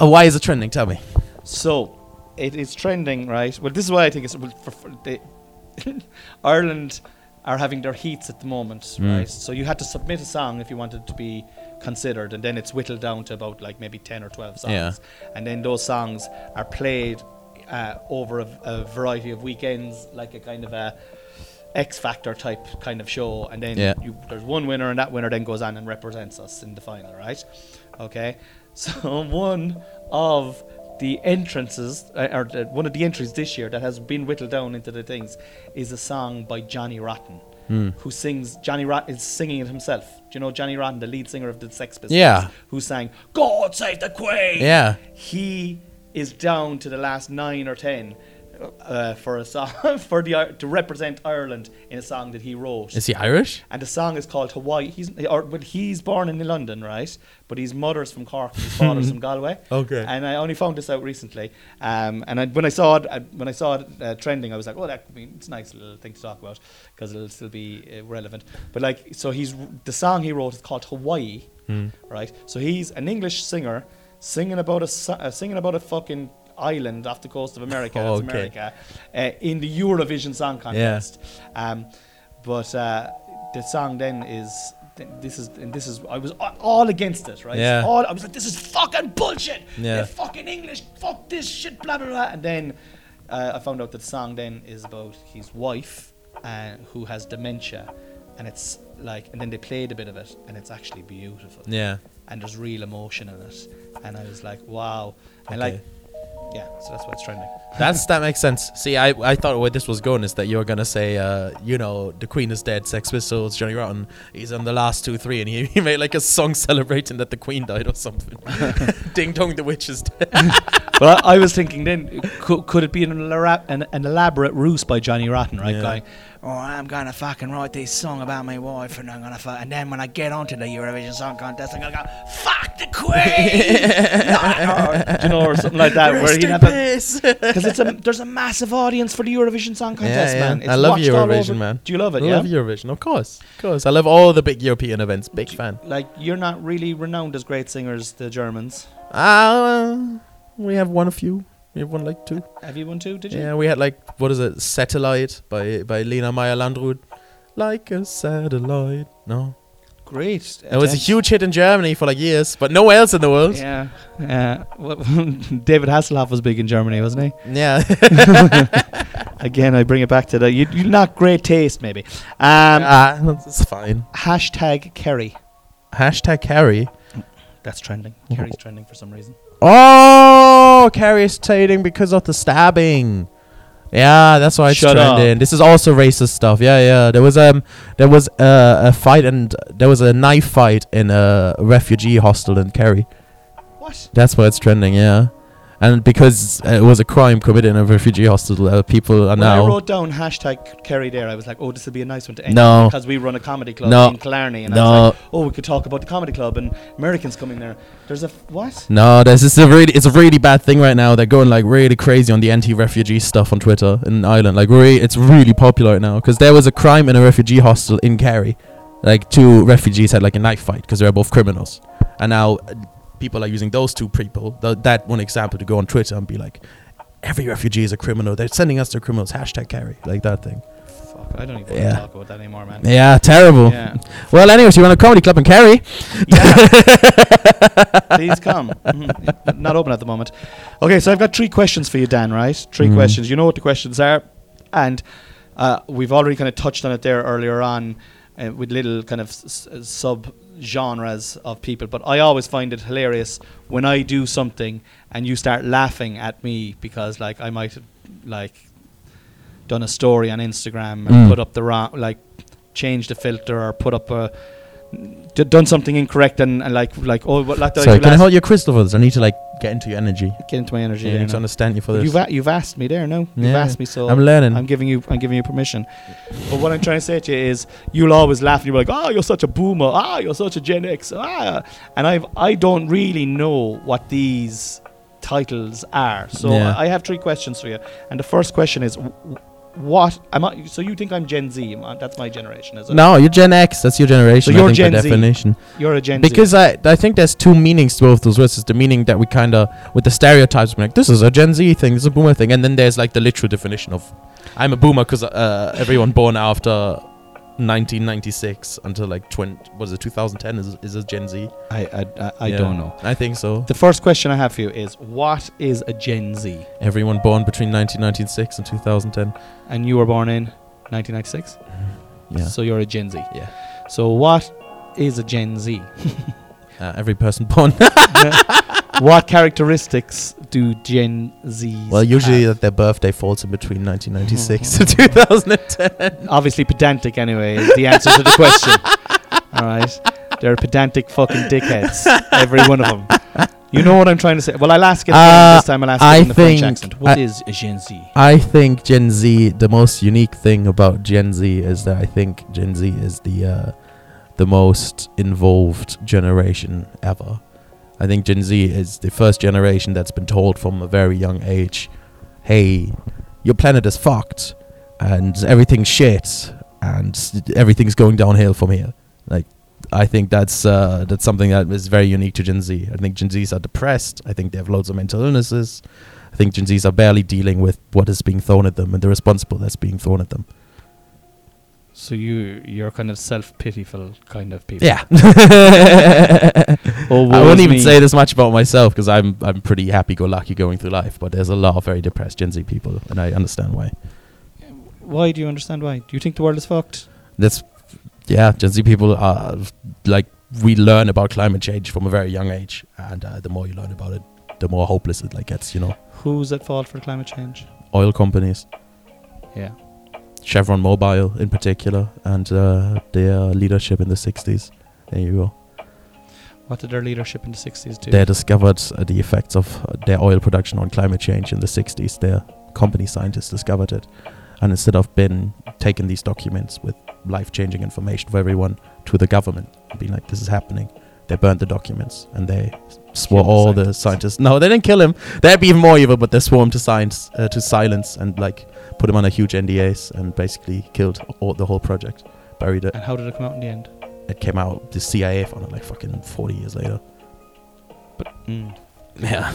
[SPEAKER 2] Uh, why is it trending? Tell me.
[SPEAKER 1] So it is trending, right? Well, this is why I think it's well, for, for they, Ireland are having their heats at the moment,
[SPEAKER 2] Mm.
[SPEAKER 1] right? So you had to submit a song if you wanted to be considered, and then it's whittled down to about like maybe ten or twelve songs,
[SPEAKER 2] Yeah.
[SPEAKER 1] and then those songs are played uh, over a, a variety of weekends, like a kind of a X Factor type kind of show, and then
[SPEAKER 2] Yeah.
[SPEAKER 1] you, there's one winner, and that winner then goes on and represents us in the final, right? Okay, so one of the entrances, uh, or the, one of the entries this year that has been whittled down into the things, is a song by Johnny Rotten,
[SPEAKER 2] Hmm.
[SPEAKER 1] who sings. Johnny Rotten is singing it himself. Do you know Johnny Rotten, the lead singer of the Sex Pistols?
[SPEAKER 2] Yeah.
[SPEAKER 1] Who sang "God Save the Queen"?
[SPEAKER 2] Yeah.
[SPEAKER 1] he is down to the last nine or ten uh, for a song for the Ir- to represent Ireland in a song that he wrote.
[SPEAKER 2] Is he Irish?
[SPEAKER 1] and the song is called Hawaii. He's or but he's born in London, right? But his mother's from Cork, his father's from Galway.
[SPEAKER 2] Okay.
[SPEAKER 1] And I only found this out recently. Um, and I, when I saw it, I, when I saw it uh, trending, I was like, "Oh, that I mean, it's a nice little thing to talk about because it'll still be uh, relevant." But like, so he's the song he wrote is called Hawaii,
[SPEAKER 2] Hmm.
[SPEAKER 1] right? So he's an English singer singing about a so- uh, singing about a fucking island off the coast of America, that's
[SPEAKER 2] Okay.
[SPEAKER 1] America, uh, in the Eurovision Song Contest. Um, but uh, the song then is. th- This is and this is I was a- all against it, right?
[SPEAKER 2] Yeah.
[SPEAKER 1] All I was like, this is fucking bullshit.
[SPEAKER 2] Yeah.
[SPEAKER 1] They're fucking English. Fuck this shit. Blah blah blah. And then uh, I found out that the song then is about his wife uh, who has dementia, and it's like, and then they played a bit of it, and it's actually beautiful.
[SPEAKER 2] Yeah.
[SPEAKER 1] And there's real emotion in it, and I was like, wow. And
[SPEAKER 2] Okay.
[SPEAKER 1] like, yeah. So that's why it's trending.
[SPEAKER 2] That's that makes sense. See, I, I thought where this was going is that you were gonna say, uh, you know, the Queen is dead, Sex Pistols, Johnny Rotten, he's on the last two three, and he, he made like a song celebrating that the Queen died or something. Ding dong, the witch is dead.
[SPEAKER 1] but I, I was thinking then, could, could it be an, elora- an, an elaborate ruse by Johnny Rotten, right?
[SPEAKER 2] Yeah.
[SPEAKER 1] Going, oh, I'm going to fucking write this song about my wife, and I'm going to fuck. And then when I get onto the Eurovision Song Contest, I'm going to go, fuck the Queen! Do you know, or something like that, where he'd have a. Because it's a there's a massive audience for the Eurovision Song Contest, man. It's
[SPEAKER 2] I love
[SPEAKER 1] watched all over-
[SPEAKER 2] Eurovision, man.
[SPEAKER 1] Do you love it?
[SPEAKER 2] I
[SPEAKER 1] yeah.
[SPEAKER 2] love Eurovision, of course, of course. I love all the big European events. Big fan.
[SPEAKER 1] like you're not really renowned as great singers, the Germans.
[SPEAKER 2] Uh, we have won a few. We have won like two.
[SPEAKER 1] Have you won two? Did you?
[SPEAKER 2] Yeah, we had like what is it, Satellite by by Lena Meyer Landrut. Like a satellite. No.
[SPEAKER 1] Great.
[SPEAKER 2] It was a huge hit in Germany for like years, but nowhere else in the world. Yeah.
[SPEAKER 1] Yeah. Uh, what- David Hasselhoff was big in Germany, wasn't he? Again, I bring it back to the you, you not great taste, maybe. Um,
[SPEAKER 2] ah, it's fine.
[SPEAKER 1] hashtag Kerry.
[SPEAKER 2] Hashtag Carrie.
[SPEAKER 1] That's trending. Kerry's trending for some reason.
[SPEAKER 2] Oh, Carrie is trading because of the stabbing. Yeah, that's why it's
[SPEAKER 1] Shut up.
[SPEAKER 2] trending. This is also racist stuff. Yeah, yeah. There was um, there was uh, a fight and there was a knife fight in a refugee hostel in Kerry.
[SPEAKER 1] What?
[SPEAKER 2] That's why it's trending. Yeah, and because it was a crime committed in a refugee hostel, uh, people are
[SPEAKER 1] When
[SPEAKER 2] now.
[SPEAKER 1] I wrote down hashtag Kerry there, I was like, oh, this would be a nice one to end
[SPEAKER 2] No.
[SPEAKER 1] on because we run a comedy club
[SPEAKER 2] No.
[SPEAKER 1] in Clarny, and I
[SPEAKER 2] No.
[SPEAKER 1] was like, oh, we could talk about the comedy club and Americans coming there. There's a f- what?
[SPEAKER 2] No, this is a really it's a really bad thing right now. They're going like really crazy on the anti-refugee stuff on Twitter in Ireland. Like, re- it's really popular right now because there was a crime in a refugee hostel in Kerry. Like, two refugees had like a knife fight because they were both criminals, and now uh, people are using those two people, th- that one example, to go on Twitter and be like, every refugee is a criminal. They're sending us their criminals. Hashtag carry like that thing.
[SPEAKER 1] Fuck, I don't even
[SPEAKER 2] Yeah.
[SPEAKER 1] want to talk about that anymore, man.
[SPEAKER 2] Yeah, terrible.
[SPEAKER 1] Yeah.
[SPEAKER 2] Well, anyways, you want a comedy club and carry?
[SPEAKER 1] Yeah. Please come. Mhm. Not open at the moment. Okay, so I've got three questions for you, Dan, right? 3
[SPEAKER 2] Mhm.
[SPEAKER 1] questions. You know what the questions are. And uh, we've already kind of touched on it there earlier on uh, with little kind of s- s- sub genres of people. But I always find it hilarious when I do something and you start laughing at me because, like, I might have, like, done a story on Instagram and
[SPEAKER 2] Mm.
[SPEAKER 1] put up the wrong, like, changed the filter or put up a d- done something incorrect and, and like like oh what like
[SPEAKER 2] Sorry, can I hold your crystal for this? I need to like get into your energy.
[SPEAKER 1] get into my energy
[SPEAKER 2] Yeah, I
[SPEAKER 1] there
[SPEAKER 2] need to
[SPEAKER 1] now.
[SPEAKER 2] understand you for
[SPEAKER 1] But
[SPEAKER 2] this.
[SPEAKER 1] you've a- you've asked me there no you've
[SPEAKER 2] Yeah.
[SPEAKER 1] asked me so
[SPEAKER 2] I'm learning.
[SPEAKER 1] I'm giving you I'm giving you permission but what I'm trying to say to you is you'll always laugh and you're like oh you're such a boomer ah you're such a Gen X ah and I've I don't really know what these titles are so
[SPEAKER 2] Yeah.
[SPEAKER 1] I, I have three questions for you and the first question is w- w- what am I so you think I'm Gen Z am I- that's my generation is it
[SPEAKER 2] no, you're Gen X. That's your generation.
[SPEAKER 1] So you're
[SPEAKER 2] I think by
[SPEAKER 1] Gen Z.
[SPEAKER 2] definition.
[SPEAKER 1] you're a Gen Z
[SPEAKER 2] Because I, I think there's two meanings to both those words. It's the meaning that we kind of, with the stereotypes, we're like, this is a Gen Z thing, this is a boomer thing. And then there's like the literal definition of, I'm a boomer because uh, everyone born after 1996 until like, 20, what is it, 2010 is, is a Gen Z.
[SPEAKER 1] I I, I, I
[SPEAKER 2] Yeah,
[SPEAKER 1] don't know
[SPEAKER 2] I think so.
[SPEAKER 1] The first question I have for you is what is a Gen Z?
[SPEAKER 2] Everyone born between 1996 and 2010.
[SPEAKER 1] And you were born in 1996,
[SPEAKER 2] Yeah.
[SPEAKER 1] so you're a Gen Z.
[SPEAKER 2] Yeah.
[SPEAKER 1] So what is a Gen Z?
[SPEAKER 2] Uh, every person born.
[SPEAKER 1] what characteristics do Gen Zs?
[SPEAKER 2] well, usually
[SPEAKER 1] have?
[SPEAKER 2] that their birthday falls in between 1996 to 2010.
[SPEAKER 1] obviously pedantic anyway is the answer to the question. All right, they're pedantic fucking dickheads, every one of them. You know what I'm trying to say? Well, I'll ask it again.
[SPEAKER 2] Uh,
[SPEAKER 1] this time. I'll ask
[SPEAKER 2] I
[SPEAKER 1] it in the French
[SPEAKER 2] think
[SPEAKER 1] accent. What
[SPEAKER 2] I-
[SPEAKER 1] is a Gen Z?
[SPEAKER 2] I think Gen Z. The most unique thing about Gen Z is that I think Gen Z is the uh, the most involved generation ever. I think Gen Z is the first generation that's been told from a very young age, "Hey, your planet is fucked, and everything's shit, and s- everything's going downhill from here." Like, I think that's uh, that's something that is very unique to Gen Z. I think Gen Zs are depressed. I think they have loads of mental illnesses. I think Gen Zs are barely dealing with what is being thrown at them and the responsible that's being thrown at them.
[SPEAKER 1] So you you're kind of self pityful kind of people.
[SPEAKER 2] Yeah.
[SPEAKER 1] Oh,
[SPEAKER 2] I
[SPEAKER 1] woe
[SPEAKER 2] wouldn't
[SPEAKER 1] is
[SPEAKER 2] even
[SPEAKER 1] me.
[SPEAKER 2] say this much about myself because I'm I'm pretty happy go lucky going through life, but there's a lot of very depressed Gen Z people, and I understand why.
[SPEAKER 1] Why do you understand why? Do you think the world is fucked?
[SPEAKER 2] That's yeah, Gen Z people are like we learn about climate change from a very young age, and uh, the more you learn about it, the more hopeless it like gets. You know,
[SPEAKER 1] Who's at fault for climate change?
[SPEAKER 2] oil companies,
[SPEAKER 1] Yeah.
[SPEAKER 2] Chevron Mobile in particular, and uh, their leadership in the '60s. There you go.
[SPEAKER 1] What did their leadership in the 60s do?
[SPEAKER 2] They discovered uh, the effects of uh, their oil production on climate change in the 60s. Their company scientists discovered it. And instead of been taking these documents with life-changing information for everyone to the government and being like, this is happening, they burned the documents and they swore
[SPEAKER 1] Killed the
[SPEAKER 2] all the
[SPEAKER 1] scientists.
[SPEAKER 2] scientists. No, they didn't kill him. That'd be even more evil, but they swore him to, science, uh, to silence and like put him on a huge NDAs and basically killed all, the whole project, buried it.
[SPEAKER 1] And how did it come out in the end?
[SPEAKER 2] It came out, the CIA found it like fucking 40 years later. Yeah.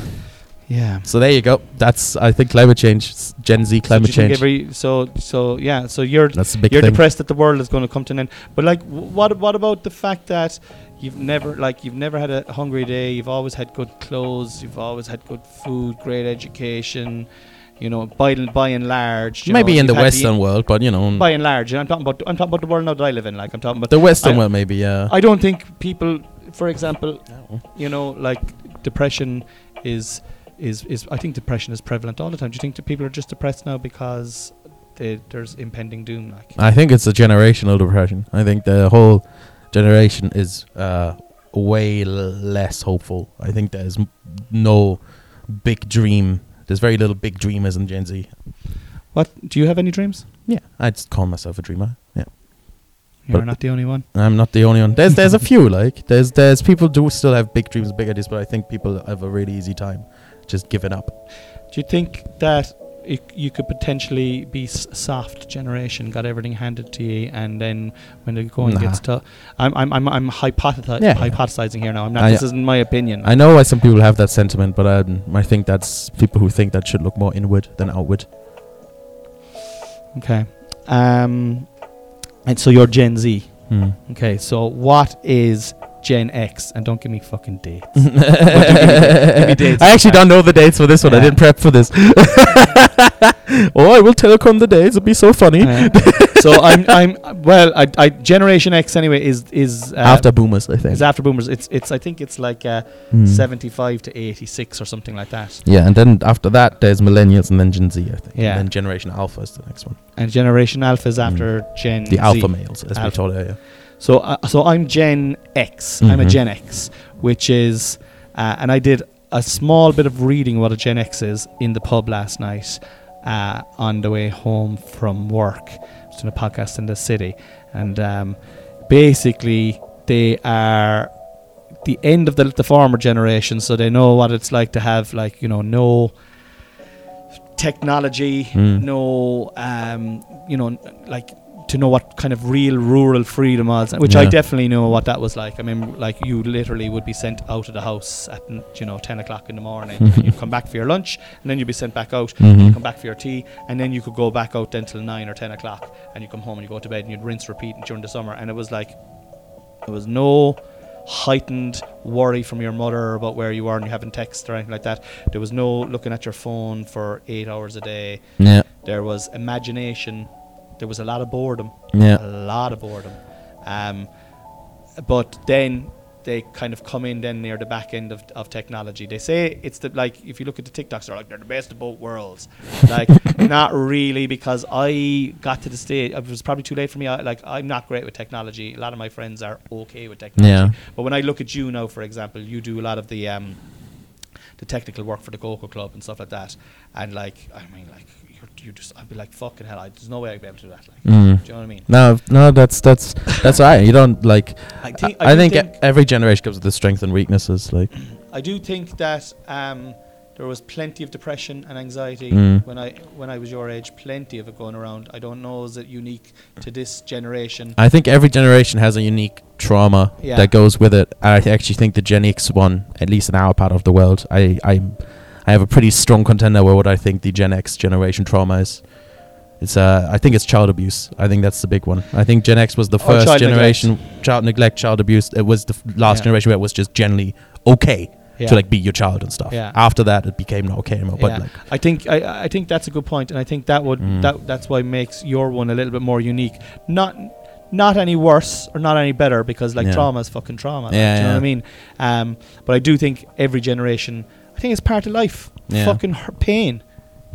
[SPEAKER 1] Yeah.
[SPEAKER 2] Mm. So there you go. That's I think climate change, s- Gen Z climate
[SPEAKER 1] so do you think
[SPEAKER 2] change.
[SPEAKER 1] Every, so, so, yeah, so you're,
[SPEAKER 2] That's the big
[SPEAKER 1] you're
[SPEAKER 2] thing.
[SPEAKER 1] depressed that the world is going to come to an end. But, like, wh- what, what about the fact that you've never, like, you've never had a hungry day, you've always had good clothes, you've always had good food, great education, you know, by, by and large. you know,
[SPEAKER 2] maybe in
[SPEAKER 1] you've
[SPEAKER 2] the
[SPEAKER 1] had
[SPEAKER 2] Western world, but you know,
[SPEAKER 1] by and large, and I'm talking about I'm talking about the world now that I live in. Like I'm talking about.
[SPEAKER 2] the Western
[SPEAKER 1] I-
[SPEAKER 2] world maybe. Yeah.
[SPEAKER 1] I don't think people, for example, you know, like depression is is is. I think depression is prevalent all the time. Do you think that people are just depressed now because they, there's impending doom? Like
[SPEAKER 2] I think it's a generational depression. I think the whole generation is uh, way l- less hopeful. I think there's m- no big dream. There's very little big dreamers in Gen Z.
[SPEAKER 1] what? Do you have any dreams?
[SPEAKER 2] Yeah, I'd call myself a dreamer. Yeah.
[SPEAKER 1] You're
[SPEAKER 2] But-
[SPEAKER 1] not the only one.
[SPEAKER 2] I'm not the only one. There's there's a few like there's there's people do still have big dreams, big ideas, but I think people have a really easy time just giving up.
[SPEAKER 1] Do you think that it, you could potentially be s- soft generation, got everything handed to you, and then when the going
[SPEAKER 2] Nah.
[SPEAKER 1] gets tough, I'm I'm I'm, I'm hypothesi-
[SPEAKER 2] Yeah.
[SPEAKER 1] hypothesizing here now. I'm not.
[SPEAKER 2] I-
[SPEAKER 1] this isn't my opinion.
[SPEAKER 2] I know why some people have that sentiment, but um, I think that's people who think that should look more inward than outward.
[SPEAKER 1] okay. Um, and so you're Gen Z.
[SPEAKER 2] Hmm.
[SPEAKER 1] Okay, so what is Gen X? And don't give me fucking dates. give me dates
[SPEAKER 2] I actually don't know the dates for this one. I
[SPEAKER 1] Yeah.
[SPEAKER 2] didn't prep for this. oh, I will telecom the dates. It'll be so funny.
[SPEAKER 1] Uh, so I'm I'm well, I, I Generation X anyway is is uh,
[SPEAKER 2] After boomers, I think.
[SPEAKER 1] is after boomers. It's it's I think it's like uh,
[SPEAKER 2] Hmm.
[SPEAKER 1] 75 to 86 or something like that.
[SPEAKER 2] Yeah, and then after that, there's millennials and then Gen Z, I think.
[SPEAKER 1] Yeah.
[SPEAKER 2] And then Generation Alpha is the next one.
[SPEAKER 1] And Generation Alpha is
[SPEAKER 2] Mm.
[SPEAKER 1] after Gen
[SPEAKER 2] The
[SPEAKER 1] Z.
[SPEAKER 2] alpha males, as we
[SPEAKER 1] Alpha.
[SPEAKER 2] told earlier.
[SPEAKER 1] So uh, so I'm Gen X. am a
[SPEAKER 2] Mhm.
[SPEAKER 1] Gen X, which is uh, and I did a small bit of reading what a Gen X is in the pub last night uh, on the way home from work. I was doing a podcast in the city, and um, basically they are the end of the, the former generation, so they know what it's like to have like you know no technology,
[SPEAKER 2] Mm.
[SPEAKER 1] no um, you know n- like to know what kind of real rural freedom was, which I
[SPEAKER 2] Yeah.
[SPEAKER 1] definitely know what that was like. I mean, like you literally would be sent out of the house at n- you know ten o'clock in the morning, and you'd come back for your lunch, and then you'd be sent back out, and
[SPEAKER 2] Mhm.
[SPEAKER 1] you'd come back for your tea, and then you could go back out then till nine or ten o'clock, and you come home and you go to bed, and you'd rinse repeat during the summer, and it was like there was no heightened worry from your mother about where you are and you haven't texted or anything like that. There was no looking at your phone for eight hours a day.
[SPEAKER 2] Yeah.
[SPEAKER 1] There was imagination. There was a lot of boredom. A
[SPEAKER 2] Yeah.
[SPEAKER 1] lot of boredom. Um, but then they kind of come in then near the back end of, of technology. They say it's the like if you look at the TikToks, they're like they're the best of both worlds. Like not really because I got to the stage. It was probably too late for me. I, like I'm not great with technology. A lot of my friends are okay with technology.
[SPEAKER 2] Yeah.
[SPEAKER 1] But when I look at you now, for example, you do a lot of the um, the technical work for the Cocoa Club and stuff like that. And like I mean, like you're, you're just I'd be like fucking hell. I, there's no way I'd be able to do that. Like,
[SPEAKER 2] Mm.
[SPEAKER 1] do you know what I mean?
[SPEAKER 2] No, no, that's that's that's right. You don't like.
[SPEAKER 1] I
[SPEAKER 2] I
[SPEAKER 1] thi-
[SPEAKER 2] think,
[SPEAKER 1] I
[SPEAKER 2] I,
[SPEAKER 1] do
[SPEAKER 2] think,
[SPEAKER 1] think-
[SPEAKER 2] e- every generation comes with the strength and weaknesses. Like,
[SPEAKER 1] I do think that um, there was plenty of depression and anxiety
[SPEAKER 2] Mm.
[SPEAKER 1] when I when I was your age. Plenty of it going around. I don't know is it unique to this generation.
[SPEAKER 2] I think every generation has a unique trauma
[SPEAKER 1] Yeah.
[SPEAKER 2] that goes with it. I actually think the Gen X one, at least in our part of the world, I I, I have a pretty strong contender where what I think the Gen X generation trauma is. It's uh, I think it's child abuse. I think that's the big one. I think Gen X was the
[SPEAKER 1] Or
[SPEAKER 2] first
[SPEAKER 1] Oh, child
[SPEAKER 2] generation child neglect, child abuse. It was the f- last
[SPEAKER 1] Yeah.
[SPEAKER 2] generation where it was just generally okay
[SPEAKER 1] Yeah.
[SPEAKER 2] to like be your child and stuff.
[SPEAKER 1] Yeah.
[SPEAKER 2] After that, it became not okay anymore. But like,
[SPEAKER 1] I think I, I think that's a good point, and I think that would
[SPEAKER 2] Mm.
[SPEAKER 1] that that's why makes your one a little bit more unique. Not not any worse or not any better because like
[SPEAKER 2] Yeah.
[SPEAKER 1] trauma is fucking trauma. like,
[SPEAKER 2] Yeah,
[SPEAKER 1] do you know what I
[SPEAKER 2] yeah.
[SPEAKER 1] mean? Um, but I do think every generation, I think it's part of life.
[SPEAKER 2] Yeah.
[SPEAKER 1] Fucking hu- pain,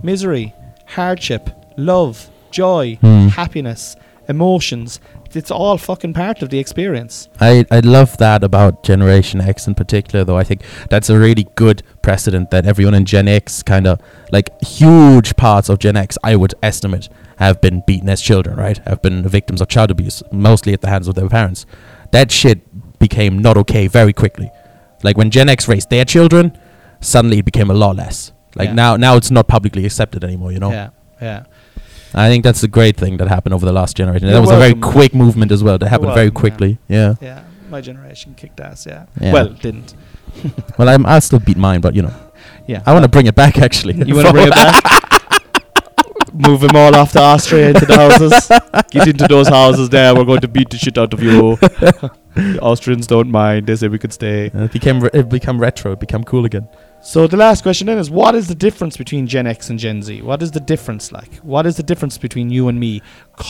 [SPEAKER 1] misery, hardship, love, joy,
[SPEAKER 2] Hmm.
[SPEAKER 1] happiness, emotions. It's all fucking part of the experience.
[SPEAKER 2] I, I love that about Generation X in particular, though. I think that's a really good precedent that everyone in Gen X kind of like huge parts of Gen X, I would estimate, have been beaten as children, right? Have been victims of child abuse, mostly at the hands of their parents. That shit became not okay very quickly. Like when Gen X raised their children, suddenly it became a lot less. Like
[SPEAKER 1] Yeah.
[SPEAKER 2] now, now it's not publicly accepted anymore, you know?
[SPEAKER 1] Yeah, yeah.
[SPEAKER 2] I think that's a great thing that happened over the last generation.
[SPEAKER 1] You're
[SPEAKER 2] that was a
[SPEAKER 1] welcome.
[SPEAKER 2] very quick movement as well. That happened very
[SPEAKER 1] welcome, yeah.
[SPEAKER 2] quickly. Yeah.
[SPEAKER 1] Yeah, my generation kicked ass. Yeah.
[SPEAKER 2] Yeah.
[SPEAKER 1] Well, didn't.
[SPEAKER 2] Well, I'm, I'll still beat mine, but you know.
[SPEAKER 1] Yeah.
[SPEAKER 2] I want to bring it back actually.
[SPEAKER 1] You want to bring it back? Move them all off to Austria into the houses. Get into those houses there. We're going to beat the shit out of you. the Austrians don't mind. They say we could stay.
[SPEAKER 2] it became re- it become retro. It become cool again.
[SPEAKER 1] So the last question then is: What is the difference between Gen X and Gen Z? What is the difference like? What is the difference between you and me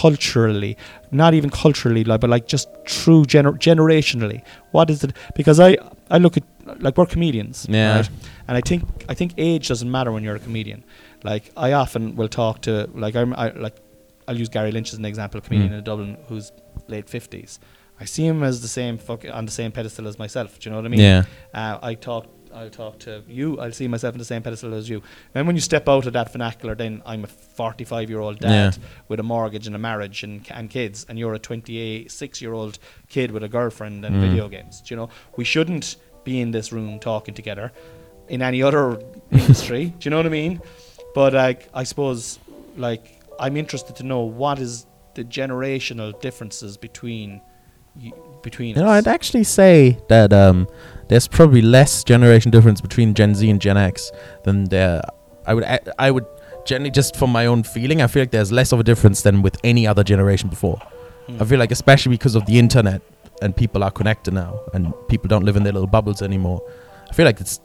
[SPEAKER 1] culturally? Not even culturally, like, but like just true gener- generationally. What is it? Because I I look at like we're comedians,
[SPEAKER 2] Yeah.
[SPEAKER 1] And I think I think age doesn't matter when you're a comedian. Like I often will talk to like I'm I, like I'll use Gary Lynch as an example, a comedian
[SPEAKER 2] Mm.
[SPEAKER 1] in Dublin who's late fifties. I see him as the same fuck on the same pedestal as myself. Do you know what I mean?
[SPEAKER 2] Yeah.
[SPEAKER 1] Uh, I talk. I'll talk to you. I'll see myself on the same pedestal as you. Then when you step out of that vernacular, then I'm a 45 year old dad
[SPEAKER 2] Yeah.
[SPEAKER 1] with a mortgage and a marriage and, and kids, and you're a 26 year old kid with a girlfriend and
[SPEAKER 2] Mm.
[SPEAKER 1] video games. Do you know, we shouldn't be in this room talking together in any other industry. Do you know what I mean? But like, I suppose, like, I'm interested to know what is the generational differences between y- between
[SPEAKER 2] You know,
[SPEAKER 1] us.
[SPEAKER 2] I'd actually say that um, there's probably less generation difference between Gen Z and Gen X than there. I would, a- I would generally just from my own feeling, I feel like there's less of a difference than with any other generation before.
[SPEAKER 1] Hmm.
[SPEAKER 2] I feel like especially because of the internet and people are connected now and people don't live in their little bubbles anymore. I feel like it's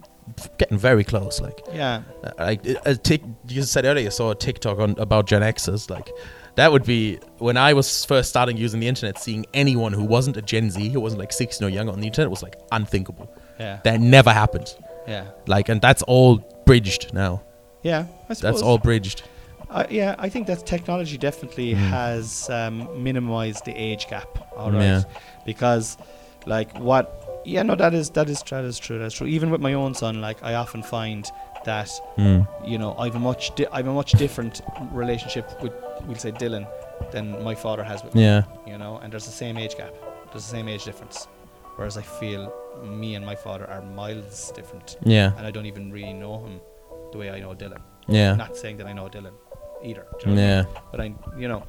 [SPEAKER 2] getting very close. Like
[SPEAKER 1] yeah,
[SPEAKER 2] uh, like uh, a tick you said earlier you saw a tiktok on about gen xers like that would be when i was first starting using the internet seeing anyone who wasn't a gen z who wasn't like 16 or younger on the internet was like unthinkable
[SPEAKER 1] yeah,
[SPEAKER 2] that never happened
[SPEAKER 1] yeah,
[SPEAKER 2] like and that's all bridged now
[SPEAKER 1] yeah. I suppose
[SPEAKER 2] that's all bridged
[SPEAKER 1] I- yeah, I think that technology definitely
[SPEAKER 2] Hmm.
[SPEAKER 1] has um, minimized the age gap. All right,
[SPEAKER 2] Yeah.
[SPEAKER 1] because like what? Yeah, no, that is that is that is true. That's true. Even with my own son, like I often find that
[SPEAKER 2] mm.
[SPEAKER 1] you know I've a much di- I've a much different relationship with we'll say Dylan than my father has with me,
[SPEAKER 2] yeah
[SPEAKER 1] You know, and there's the same age gap. There's the same age difference. Whereas I feel me and my father are miles different,
[SPEAKER 2] yeah
[SPEAKER 1] and I don't even really know him the way I know Dylan.
[SPEAKER 2] yeah
[SPEAKER 1] Not saying that I know Dylan either. do you know what I mean?
[SPEAKER 2] yeah
[SPEAKER 1] but I, you know.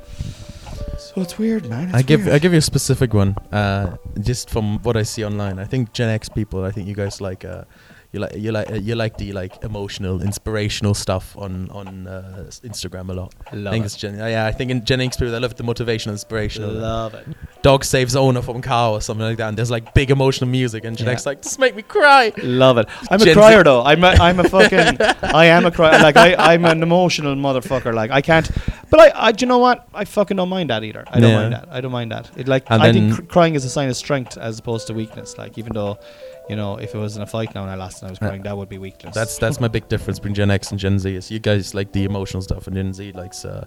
[SPEAKER 1] So it's weird, man.
[SPEAKER 2] I give I give you a specific one, uh, just from what I see online. I think Gen X people. I think you guys like uh, you like you like uh, you like the like emotional, inspirational stuff on on uh, s- Instagram a lot. I
[SPEAKER 1] love
[SPEAKER 2] think it's Gen. Yeah, I think in Gen X people, they love the motivational, inspirational.
[SPEAKER 1] Love it.
[SPEAKER 2] Dog saves owner from cow or something like that. And there's like big emotional music, and Gen
[SPEAKER 1] Yeah.
[SPEAKER 2] X like just make me cry.
[SPEAKER 1] Love it. I'm a
[SPEAKER 2] Gen Z.
[SPEAKER 1] crier though. I'm a, I'm a fucking I am a crier. Like I I'm an emotional motherfucker. Like I can't. But I, I do you know what? I fucking don't mind that either. I don't
[SPEAKER 2] Yeah.
[SPEAKER 1] mind that. I don't mind that. It like
[SPEAKER 2] And
[SPEAKER 1] I think
[SPEAKER 2] then-
[SPEAKER 1] cr- crying is a sign of strength as opposed to weakness. Like even though, you know, if it was in a fight now and I lost and I was
[SPEAKER 2] Uh,
[SPEAKER 1] crying, that would be weakness.
[SPEAKER 2] That's that's my big difference between Gen X and Gen Z. Is you guys like the emotional stuff, and Gen Z likes uh,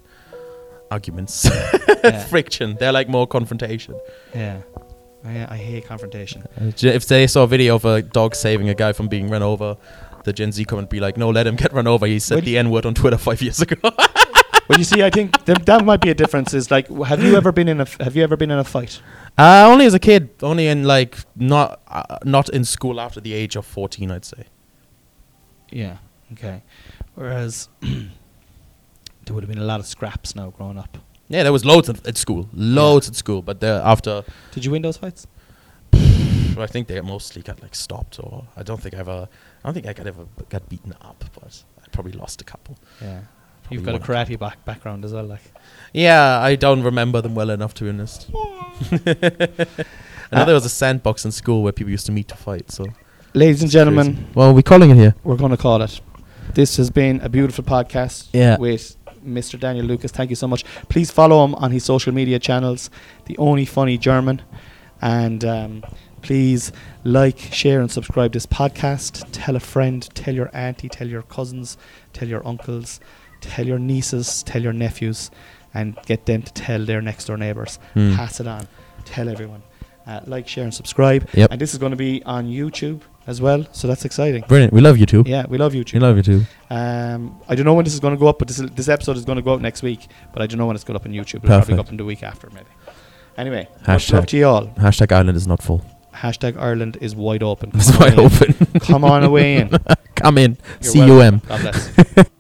[SPEAKER 2] arguments,
[SPEAKER 1] yeah.
[SPEAKER 2] friction. They're like more confrontation.
[SPEAKER 1] yeah. I, I hate confrontation.
[SPEAKER 2] Uh, Ge- If they saw a video of a dog saving a guy from being run over, the Gen Z comment would be like, "No, let him get run over. He said
[SPEAKER 1] Well,
[SPEAKER 2] the N word on Twitter five years ago."
[SPEAKER 1] But you see, I think th- that might be a difference. Is like, w- have you ever been in a f- have you ever been in a fight?
[SPEAKER 2] uh, only as a kid, only in like not uh, not in school after the age of fourteen, I'd say.
[SPEAKER 1] Yeah. Okay. Whereas there would have been a lot of scraps now growing up.
[SPEAKER 2] Yeah, there was loads at, at school, loads at school, but there after
[SPEAKER 1] Did you win those fights?
[SPEAKER 2] I think they mostly got like stopped, or I don't think I ever, I don't think I got ever b- got beaten up, but I probably lost a couple.
[SPEAKER 1] Yeah.
[SPEAKER 2] Probably
[SPEAKER 1] You've got a
[SPEAKER 2] won
[SPEAKER 1] karate back background as well, like.
[SPEAKER 2] Yeah, I don't remember them well enough to be honest. I know there was a sandbox in school where people used to meet to fight. So,
[SPEAKER 1] Ladies and gentlemen,
[SPEAKER 2] well, we're calling it here.
[SPEAKER 1] we're going to call it. This has been a beautiful podcast
[SPEAKER 2] Yeah.
[SPEAKER 1] with Mr. Daniel Lucas. Thank you so much. Please follow him on his social media channels, The Only Funny German. And um, please like, share, and subscribe this podcast. Tell a friend, tell your auntie, tell your cousins, tell your uncles, tell your nieces, tell your nephews, and get them to tell their next door neighbors.
[SPEAKER 2] Hmm.
[SPEAKER 1] Pass it on. Tell everyone. Uh, like, share, and subscribe.
[SPEAKER 2] Yep.
[SPEAKER 1] And this is going to be on YouTube as well, so that's exciting.
[SPEAKER 2] Brilliant. We love you too.
[SPEAKER 1] Yeah, we love YouTube.
[SPEAKER 2] We love you too.
[SPEAKER 1] Um, I don't know when this is going to go up, but this this episode is going to go out next week. But I don't know when it's going up on YouTube. It'll probably
[SPEAKER 2] Perfect.
[SPEAKER 1] go up in the week after, maybe. Anyway, much love
[SPEAKER 2] Hashtag.
[SPEAKER 1] to you all.
[SPEAKER 2] Hashtag Ireland is not full.
[SPEAKER 1] Hashtag Ireland is wide open.
[SPEAKER 2] It's
[SPEAKER 1] Come on
[SPEAKER 2] wide
[SPEAKER 1] in.
[SPEAKER 2] open.
[SPEAKER 1] Come on away in.
[SPEAKER 2] Come in.
[SPEAKER 1] You're
[SPEAKER 2] C U M.
[SPEAKER 1] God bless.